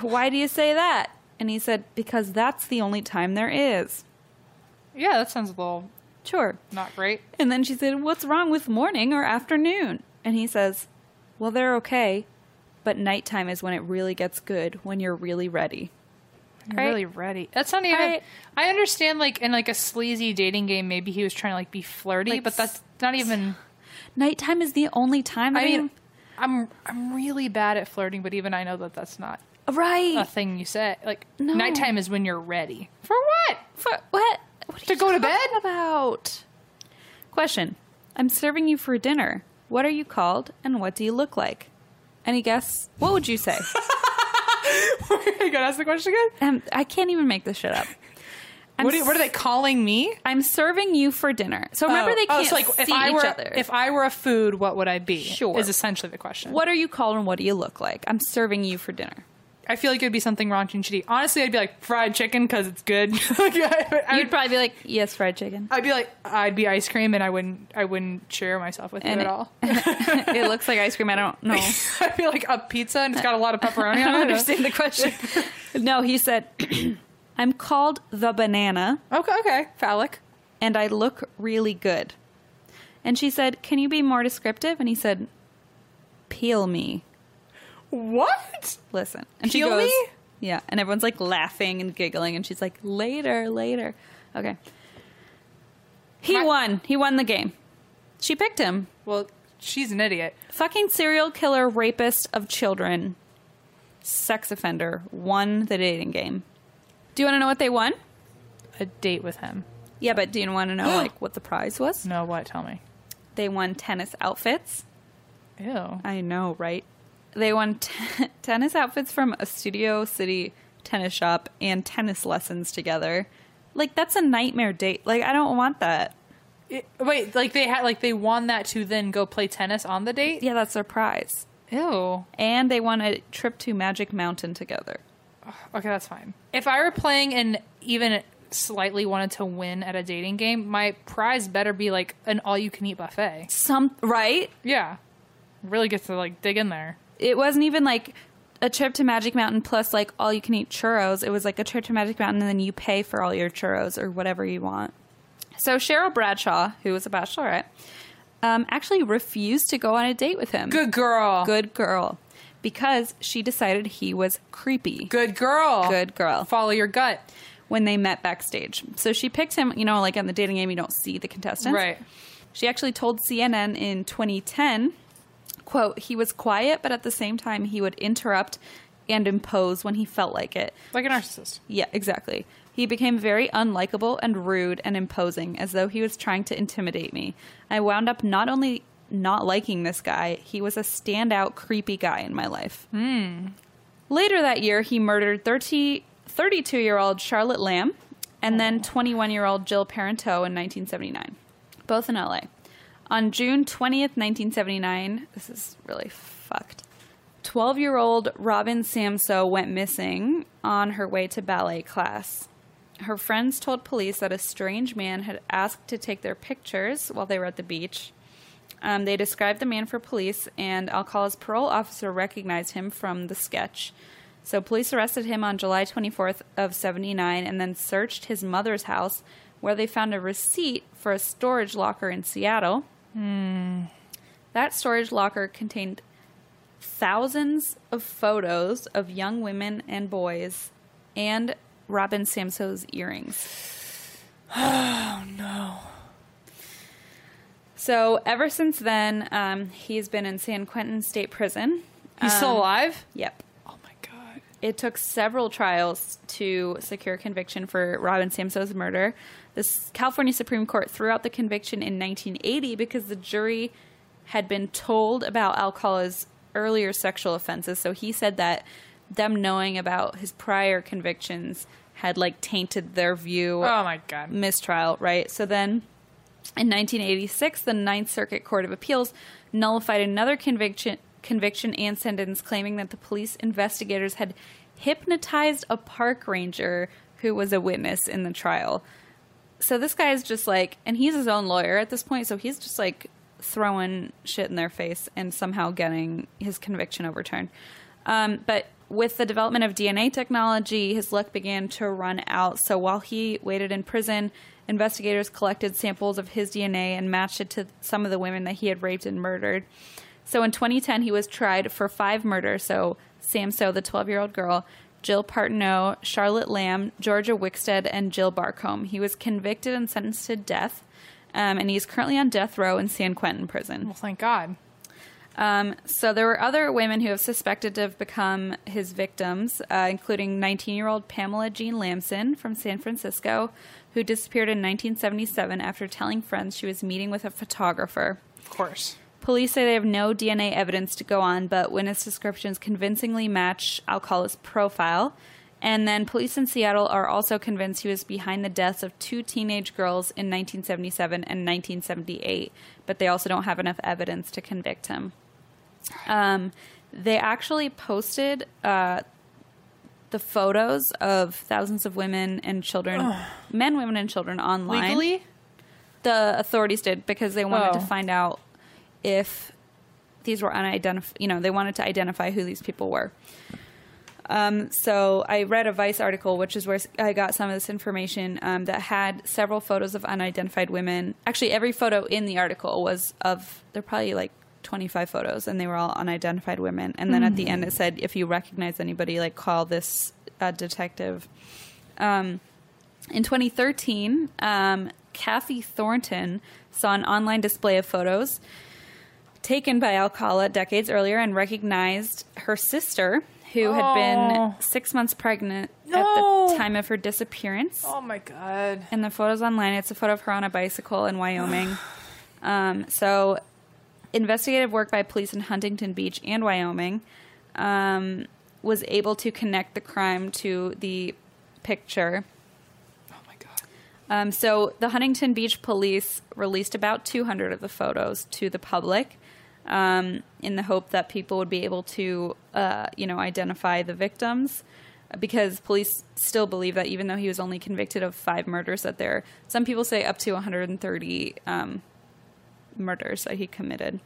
[SPEAKER 2] Why do you say that? And he said, Because that's the only time there is.
[SPEAKER 3] yeah. That sounds a little
[SPEAKER 2] Sure.
[SPEAKER 3] not great.
[SPEAKER 2] And then she said, What's wrong with morning or afternoon? And he says, Well, they're okay, but nighttime is when it really gets good, when you're really ready.
[SPEAKER 3] You're
[SPEAKER 2] Right.
[SPEAKER 3] really ready. That's not even.
[SPEAKER 2] Right.
[SPEAKER 3] I understand, like in like a sleazy dating game, maybe he was trying to like be flirty,
[SPEAKER 2] Like
[SPEAKER 3] but that's not even.
[SPEAKER 2] Nighttime is the only time.
[SPEAKER 3] I mean, I'm I'm really bad at flirting, but even I know that that's not a
[SPEAKER 2] right.
[SPEAKER 3] thing you say. Like
[SPEAKER 2] No.
[SPEAKER 3] nighttime is when you're ready for what? <laughs>
[SPEAKER 2] For what? What are
[SPEAKER 3] To
[SPEAKER 2] you
[SPEAKER 3] go to
[SPEAKER 2] talking
[SPEAKER 3] bed?
[SPEAKER 2] about? Question. I'm serving you for dinner. What are you called and what do you look like? Any guess? What would
[SPEAKER 3] <laughs>
[SPEAKER 2] you say?
[SPEAKER 3] you gotta ask the question again.
[SPEAKER 2] um, I can't even make this shit up. I'm
[SPEAKER 3] What, do- what are they calling me?
[SPEAKER 2] I'm serving you for dinner. So remember,
[SPEAKER 3] Oh.
[SPEAKER 2] they
[SPEAKER 3] Oh,
[SPEAKER 2] can't
[SPEAKER 3] so, like,
[SPEAKER 2] see
[SPEAKER 3] if I
[SPEAKER 2] each
[SPEAKER 3] were,
[SPEAKER 2] other.
[SPEAKER 3] If I were a food, what would I be?
[SPEAKER 2] Sure.
[SPEAKER 3] is essentially the question.
[SPEAKER 2] what are you called and what do you look like? I'm serving you for dinner.
[SPEAKER 3] I feel like it would be something raunchy and shitty. Honestly, I'd be like fried chicken because it's good. <laughs> like, I, would- I would
[SPEAKER 2] You'd probably be like, "Yes, fried chicken.
[SPEAKER 3] I'd be like, I'd be ice cream, and I wouldn't, I wouldn't share myself with you
[SPEAKER 2] And
[SPEAKER 3] at
[SPEAKER 2] it- <laughs>
[SPEAKER 3] all.
[SPEAKER 2] <laughs>
[SPEAKER 3] <laughs>
[SPEAKER 2] it looks like ice cream. I don't <laughs> know.
[SPEAKER 3] I'd be like a pizza, and it's got a lot of pepperoni
[SPEAKER 2] <laughs> I
[SPEAKER 3] on it.
[SPEAKER 2] don't understand the question." no, he said, <clears throat> I'm called the banana
[SPEAKER 3] <laughs> Okay, okay. Phallic.
[SPEAKER 2] and I look really good. And she said, Can you be more descriptive? And he said, Peel me.
[SPEAKER 3] What?
[SPEAKER 2] Listen. And
[SPEAKER 3] Peel me?
[SPEAKER 2] Yeah. And everyone's like laughing and giggling. And she's like, Later, later. Okay. He
[SPEAKER 3] My-
[SPEAKER 2] won. He won the game. She picked him.
[SPEAKER 3] Well, she's an idiot.
[SPEAKER 2] Fucking serial killer, rapist of children, sex offender won the dating game. Do you want to know what they won?
[SPEAKER 3] A date with him.
[SPEAKER 2] Yeah, but do you want to know like what the prize was?
[SPEAKER 3] No, what? Tell me.
[SPEAKER 2] They won tennis outfits.
[SPEAKER 3] Ew.
[SPEAKER 2] I know, right? They won t- <laughs> tennis outfits from a Studio City tennis shop and tennis lessons together. Like that's a nightmare date. Like I don't want that.
[SPEAKER 3] It- wait, like they had, like they won that to then go play tennis on the date.
[SPEAKER 2] Yeah, that's their prize.
[SPEAKER 3] Ew.
[SPEAKER 2] And they won a trip to Magic Mountain together.
[SPEAKER 3] Okay, that's fine. If I were playing and even slightly wanted to win at a dating game, my prize better be like an all-you-can-eat buffet.
[SPEAKER 2] Some right?
[SPEAKER 3] Yeah, really gets to like dig in there.
[SPEAKER 2] it wasn't even like a trip to Magic Mountain plus like all you can eat churros. It was like a trip to Magic Mountain and then you pay for all your churros or whatever you want. So Cheryl Bradshaw, who was a bachelorette, um, actually refused to go on a date with him.
[SPEAKER 3] Good girl.
[SPEAKER 2] Good girl. Because she decided he was creepy.
[SPEAKER 3] Good girl.
[SPEAKER 2] Good girl.
[SPEAKER 3] Follow your gut.
[SPEAKER 2] When they met backstage. So she picked him, you know, like on the dating game, you don't see the contestants.
[SPEAKER 3] Right.
[SPEAKER 2] She actually told CNN in 2010, quote, he was quiet, but at the same time, he would interrupt and impose when he felt like it.
[SPEAKER 3] Like a narcissist.
[SPEAKER 2] Yeah, exactly. He became very unlikable and rude and imposing, as though he was trying to intimidate me. I wound up not only not liking this guy, he was a standout creepy guy in my life. Later that year, he murdered 30, 32 year old Charlotte Lamb and then 21 year old Jill Parenteau in 1979, both in LA. On June 20th, 1979, this is really fucked. 12 year old Robin Samso went missing on her way to ballet class. Her friends told police that a strange man had asked to take their pictures while they were at the beach. Um, they described the man for police, and Alcala's parole officer recognized him from the sketch. So police arrested him on July 24th of 79 and then searched his mother's house where they found a receipt for a storage locker in Seattle. That storage locker contained thousands of photos of young women and boys and Robin Samso's earrings. <sighs> Oh, no. So, ever since then, um, he's been in San Quentin State Prison.
[SPEAKER 3] He's
[SPEAKER 2] Um,
[SPEAKER 3] still alive.
[SPEAKER 2] Yep.
[SPEAKER 3] Oh my god.
[SPEAKER 2] It took several trials to secure conviction for Robin Samso's murder. The S- California Supreme Court threw out the conviction in 1980 because the jury had been told about Alcala's earlier sexual offenses. So he said that them knowing about his prior convictions had like tainted their view
[SPEAKER 3] Oh my god.
[SPEAKER 2] mistrial, right? So then in 1986, the Ninth Circuit Court of Appeals nullified another conviction, conviction and sentence, claiming that the police investigators had hypnotized a park ranger who was a witness in the trial. So this guy is just like, and he's his own lawyer at this point, so he's just like throwing shit in their face and somehow getting his conviction overturned. Um, but with the development of DNA technology, his luck began to run out. So while he waited in prison, investigators collected samples of his DNA and matched it to some of the women that he had raped and murdered. So in 2010, he was tried for five murders. So Sam So, the 12 year old girl, Jill Partnow, Charlotte Lamb, Georgia Wickstead, and Jill Barcombe. He was convicted and sentenced to death, um, and he's currently on death row in San Quentin prison.
[SPEAKER 3] Well, thank God.
[SPEAKER 2] Um, so there were other women who have suspected to have become his victims, uh, including 19 year old Pamela Jean Lamson from San Francisco, who disappeared in 1977 after telling friends she was meeting with a photographer.
[SPEAKER 3] Of course.
[SPEAKER 2] Police say they have no DNA evidence to go on, but witness descriptions convincingly match Alcala's profile. And then police in Seattle are also convinced he was behind the deaths of two teenage girls in 1977 and 1978, but they also don't have enough evidence to convict him. Um, they actually posted uh, the photos of thousands of women and children, men, women, and children online
[SPEAKER 3] Legally.
[SPEAKER 2] the authorities did because they wanted
[SPEAKER 3] Oh.
[SPEAKER 2] to find out if these were unidentified. You know, they wanted to identify who these people were. Um, so I read a Vice article, which is where I got some of this information um, that had several photos of unidentified women. Actually, every photo in the article was of they're probably like 25 photos, and they were all unidentified women. And then at the end, it said, if you recognize anybody, like call this uh, detective. Um, in 2013, um, Kathy Thornton saw an online display of photos taken by Alcala decades earlier and recognized her sister, who had
[SPEAKER 3] Oh.
[SPEAKER 2] been six months pregnant at
[SPEAKER 3] No.
[SPEAKER 2] the time of her disappearance.
[SPEAKER 3] Oh my god.
[SPEAKER 2] And the photos online, it's a photo of her on a bicycle in Wyoming. um, so, investigative work by police in Huntington Beach and Wyoming um, was able to connect the crime to the picture.
[SPEAKER 3] Oh my god.
[SPEAKER 2] Um, so the Huntington Beach police released about 200 of the photos to the public um, in the hope that people would be able to, uh, you know, identify the victims. Because police still believe that even though he was only convicted of five murders, that there some people say up to 130 um, murders that he committed.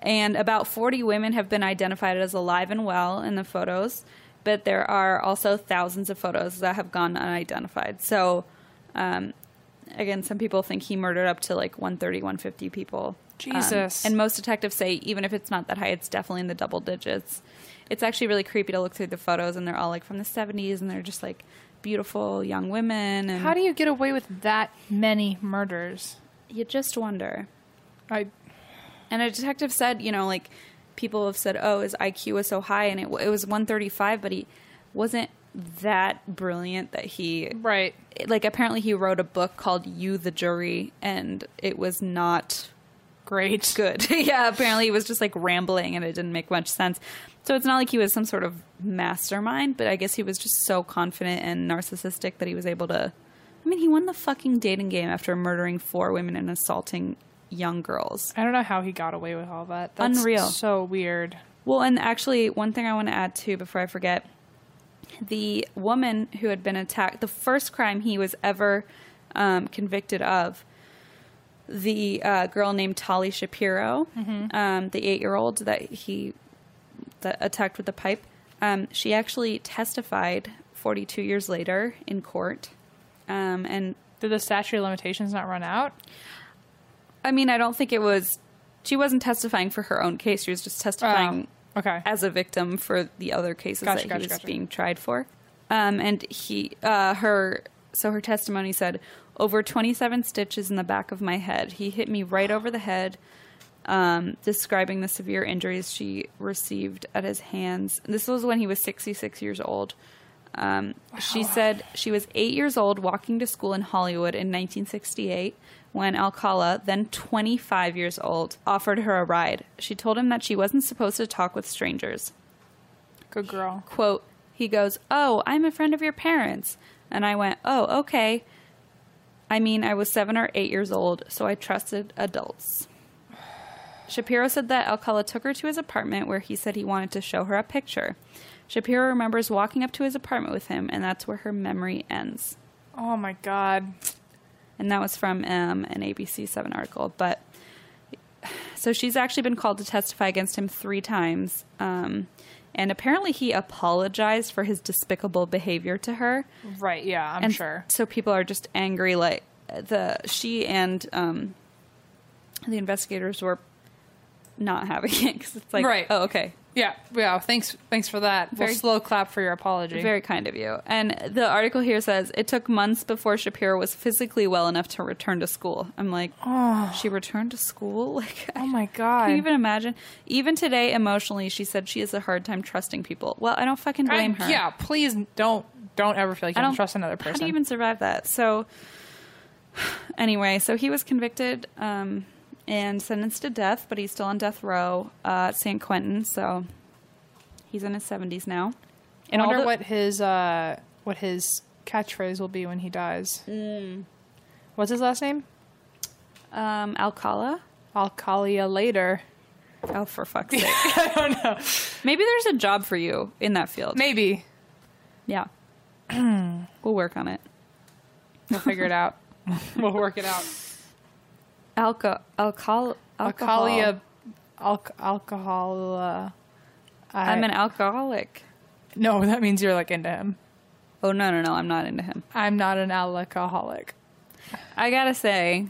[SPEAKER 2] And about 40 women have been identified as alive and well in the photos, but there are also thousands of photos that have gone unidentified. So, um, again, some people think he murdered up to like 130, 150 people. Um,
[SPEAKER 3] Jesus.
[SPEAKER 2] and most detectives say even if it's not that high, it's definitely in the double digits. It's actually really creepy to look through the photos, and they're all like from the 70s, and they're just like beautiful young women. And
[SPEAKER 3] How do you get away with that many murders?
[SPEAKER 2] you just wonder.
[SPEAKER 3] I
[SPEAKER 2] And a detective said, you know, like people have said, oh, his IQ was so high, and it, w- it was 135, but he wasn't that brilliant that he
[SPEAKER 3] right.
[SPEAKER 2] like apparently he wrote a book called You the Jury, and it was not
[SPEAKER 3] Great.
[SPEAKER 2] good. <laughs> yeah, apparently he was just like rambling, and it didn't make much sense. So it's not like he was some sort of mastermind, but I guess he was just so confident and narcissistic that he was able to. I mean, he won the fucking dating game after murdering four women and assaulting young girls.
[SPEAKER 3] I don't know how he got away with all that. That's
[SPEAKER 2] Unreal.
[SPEAKER 3] So weird.
[SPEAKER 2] Well, and actually, one thing I want to add too before I forget the woman who had been attacked, the first crime he was ever um, convicted of, the uh, girl named Tali Shapiro, um, the eight year old that he that attacked with the pipe, um, she actually testified 42 years later in court. Um, and
[SPEAKER 3] Did the statute of limitations not run out?
[SPEAKER 2] I mean, I don't think it was, she wasn't testifying for her own case, she was just testifying.
[SPEAKER 3] Oh, okay.
[SPEAKER 2] as a victim for the other cases
[SPEAKER 3] Gotcha,
[SPEAKER 2] that
[SPEAKER 3] gotcha,
[SPEAKER 2] he was
[SPEAKER 3] gotcha.
[SPEAKER 2] being tried for. Um, and he, uh, her, so her testimony said, over 27 stitches in the back of my head. He hit me right over the head, um, describing the severe injuries she received at his hands. This was when he was 66 years old. Um, She said she was eight years old walking to school in Hollywood in 1968 when Alcala, then 25 years old, offered her a ride. She told him that she wasn't supposed to talk with strangers.
[SPEAKER 3] Good girl.
[SPEAKER 2] Quote, he goes, Oh, I'm a friend of your parents. And I went, Oh, okay. I mean, I was seven or eight years old, so I trusted adults. Shapiro said that Alcala took her to his apartment where he said he wanted to show her a picture. Shapiro remembers walking up to his apartment with him, and that's where her memory ends.
[SPEAKER 3] Oh my god.
[SPEAKER 2] And that was from um, an ABC 7 article. But so she's actually been called to testify against him three times. Um, and apparently he apologized for his despicable behavior to her.
[SPEAKER 3] Right. Yeah. I'm
[SPEAKER 2] and
[SPEAKER 3] sure.
[SPEAKER 2] So people are just angry. Like the she and um, the investigators were not having it because it's like,
[SPEAKER 3] Right.
[SPEAKER 2] oh, okay,
[SPEAKER 3] Yeah. Yeah. Thanks. Thanks for that. Very
[SPEAKER 2] Very-
[SPEAKER 3] slow clap for your apology.
[SPEAKER 2] Very kind of you. And the article here says it took months before Shapiro was physically well enough to return to school. I'm like, she returned to school? <laughs> Like,
[SPEAKER 3] oh my god.
[SPEAKER 2] can you even imagine? Even today, emotionally, she said she has a hard time trusting people. Well, I don't fucking blame
[SPEAKER 3] I-
[SPEAKER 2] her.
[SPEAKER 3] Yeah. Please don't don't ever feel like you
[SPEAKER 2] I
[SPEAKER 3] don't
[SPEAKER 2] don't
[SPEAKER 3] trust another
[SPEAKER 2] How do
[SPEAKER 3] person.
[SPEAKER 2] you even survive that? So, <sighs> anyway, so he was convicted um, and sentenced to death, but he's still on death row uh, at San Quentin. So he's in his 70s now.
[SPEAKER 3] I
[SPEAKER 2] all
[SPEAKER 3] wonder
[SPEAKER 2] the-
[SPEAKER 3] what his uh what his catchphrase will be when he dies. Hmm. What's his last name?
[SPEAKER 2] Um, Alcala?
[SPEAKER 3] I'll call you later.
[SPEAKER 2] Oh, for fuck's sake. <laughs> I don't know. Maybe there's a job for you in that field.
[SPEAKER 3] Maybe
[SPEAKER 2] Yeah. <clears throat> we'll work on it.
[SPEAKER 3] we'll figure it out. <laughs> we'll work it out.
[SPEAKER 2] Alco- alcohol. alcohol.
[SPEAKER 3] Alcalia, alc- alcohol. Uh, I,
[SPEAKER 2] I'm an alcoholic.
[SPEAKER 3] No, that means you're like into him.
[SPEAKER 2] Oh no, no, no! I'm not into him.
[SPEAKER 3] I'm not an alcoholic.
[SPEAKER 2] I gotta say,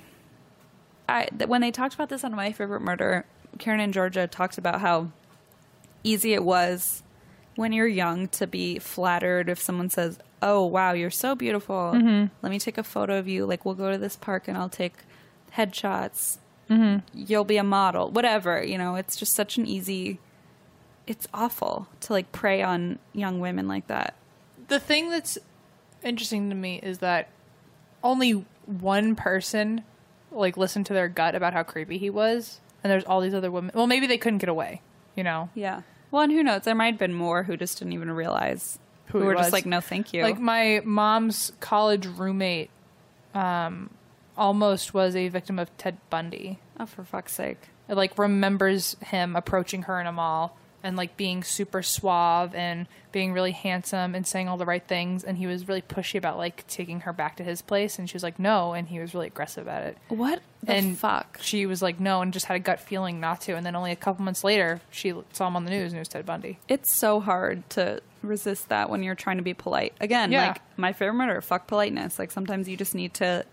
[SPEAKER 2] I th- when they talked about this on My Favorite Murder, Karen and Georgia talked about how easy it was when you're young to be flattered if someone says, "Oh wow, you're so beautiful. Let me take a photo of you. Like we'll go to this park and I'll take headshots. Mm-hmm. You'll be a model, whatever. You know, it's just such an easy. It's awful to like prey on young women like that.
[SPEAKER 3] The thing that's interesting to me is that only one person like listened to their gut about how creepy he was, and there's all these other women. Well, maybe they couldn't get away, you know.
[SPEAKER 2] Yeah. Well, and who knows? There might have been more who just didn't even realize.
[SPEAKER 3] Who
[SPEAKER 2] Who,
[SPEAKER 3] he
[SPEAKER 2] were
[SPEAKER 3] was.
[SPEAKER 2] just like, no, thank you.
[SPEAKER 3] Like my mom's college roommate, um, almost was a victim of Ted Bundy.
[SPEAKER 2] oh, for fuck's sake.
[SPEAKER 3] like remembers him approaching her in a mall and like being super suave and being really handsome and saying all the right things and he was really pushy about like taking her back to his place and she was like no and he was really aggressive about it
[SPEAKER 2] What the
[SPEAKER 3] and
[SPEAKER 2] fuck?
[SPEAKER 3] she was like no and just had a gut feeling not to and then only a couple months later she saw him on the news and it was ted bundy
[SPEAKER 2] It's so hard to resist that when you're trying to be polite. Again,
[SPEAKER 3] Yeah.
[SPEAKER 2] like my favorite murder, fuck politeness. Like sometimes you just need to,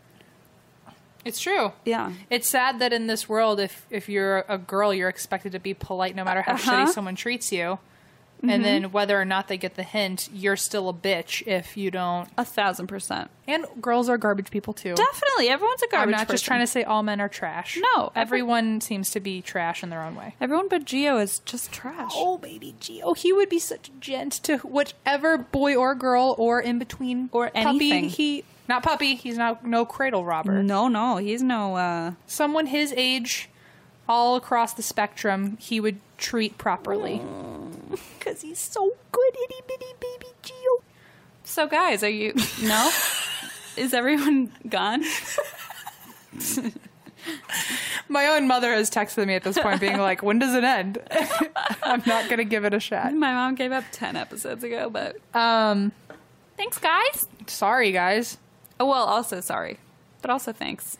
[SPEAKER 3] it's true
[SPEAKER 2] yeah.
[SPEAKER 3] it's sad that in this world if if you're a girl you're expected to be polite no matter how
[SPEAKER 2] Uh-huh.
[SPEAKER 3] shitty someone treats you and then whether or not they get the hint you're still a bitch if you don't
[SPEAKER 2] A thousand percent.
[SPEAKER 3] And girls are garbage people too.
[SPEAKER 2] Definitely. Everyone's a garbage
[SPEAKER 3] I'm not just
[SPEAKER 2] person.
[SPEAKER 3] trying to say all men are trash.
[SPEAKER 2] No, every-
[SPEAKER 3] everyone seems to be trash in their own way.
[SPEAKER 2] Everyone but Geo is just trash.
[SPEAKER 3] Oh, baby Geo, he would be such a gent to whichever boy or girl or in between
[SPEAKER 2] Or anything.
[SPEAKER 3] Puppy, he not puppy. He's not no cradle robber.
[SPEAKER 2] No, no. He's no, uh,
[SPEAKER 3] Someone his age, all across the spectrum, he would treat properly.
[SPEAKER 2] Because he's so good, itty bitty baby Geo. So, guys, are you.
[SPEAKER 3] <laughs>
[SPEAKER 2] No? Is everyone gone?
[SPEAKER 3] My own mother has texted me at this point, being like, "When does it end? <laughs> I'm not gonna give it a shot."
[SPEAKER 2] <laughs> My mom gave up 10 episodes ago, but.
[SPEAKER 3] Um,
[SPEAKER 2] Thanks, guys.
[SPEAKER 3] sorry guys.
[SPEAKER 2] Oh, well, also sorry, but also thanks.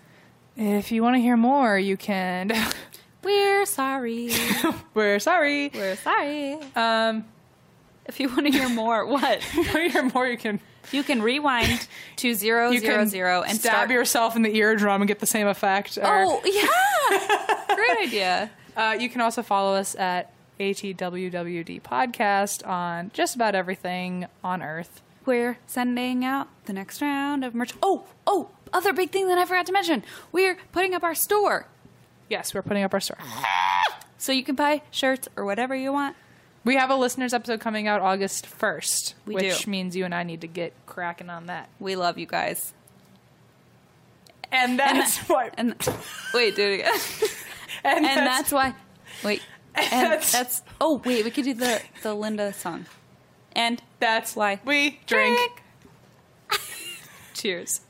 [SPEAKER 3] If you want to hear more, you can.
[SPEAKER 2] We're sorry.
[SPEAKER 3] <laughs> We're sorry.
[SPEAKER 2] We're <laughs> sorry.
[SPEAKER 3] Um,
[SPEAKER 2] If you want to hear
[SPEAKER 3] <laughs>
[SPEAKER 2] more, what?
[SPEAKER 3] if you want to hear more, you can
[SPEAKER 2] You can rewind to zero
[SPEAKER 3] <laughs> you
[SPEAKER 2] zero zero
[SPEAKER 3] can
[SPEAKER 2] and
[SPEAKER 3] stab
[SPEAKER 2] start.
[SPEAKER 3] yourself in the eardrum and get the same effect. Or,
[SPEAKER 2] Oh,
[SPEAKER 3] <laughs>
[SPEAKER 2] yeah. Great idea.
[SPEAKER 3] uh, you can also follow us at ATWWD podcast on just about everything on Earth.
[SPEAKER 2] We're sending out the next round of merch. Oh, oh, other big thing that I forgot to mention. We're putting up our store.
[SPEAKER 3] Yes, we're putting up our store.
[SPEAKER 2] So you can buy shirts or whatever you want.
[SPEAKER 3] We have a listeners episode coming out August first,
[SPEAKER 2] We
[SPEAKER 3] which
[SPEAKER 2] do.
[SPEAKER 3] means you and I need to get cracking on that.
[SPEAKER 2] We love you guys.
[SPEAKER 3] And that's what.
[SPEAKER 2] And <laughs> wait, do it again.
[SPEAKER 3] and
[SPEAKER 2] And that's why. Wait. <laughs> And
[SPEAKER 3] that's-
[SPEAKER 2] that's, Oh wait, we could do the the Linda song. And
[SPEAKER 3] that's
[SPEAKER 2] why.
[SPEAKER 3] we drink.
[SPEAKER 2] Cheers.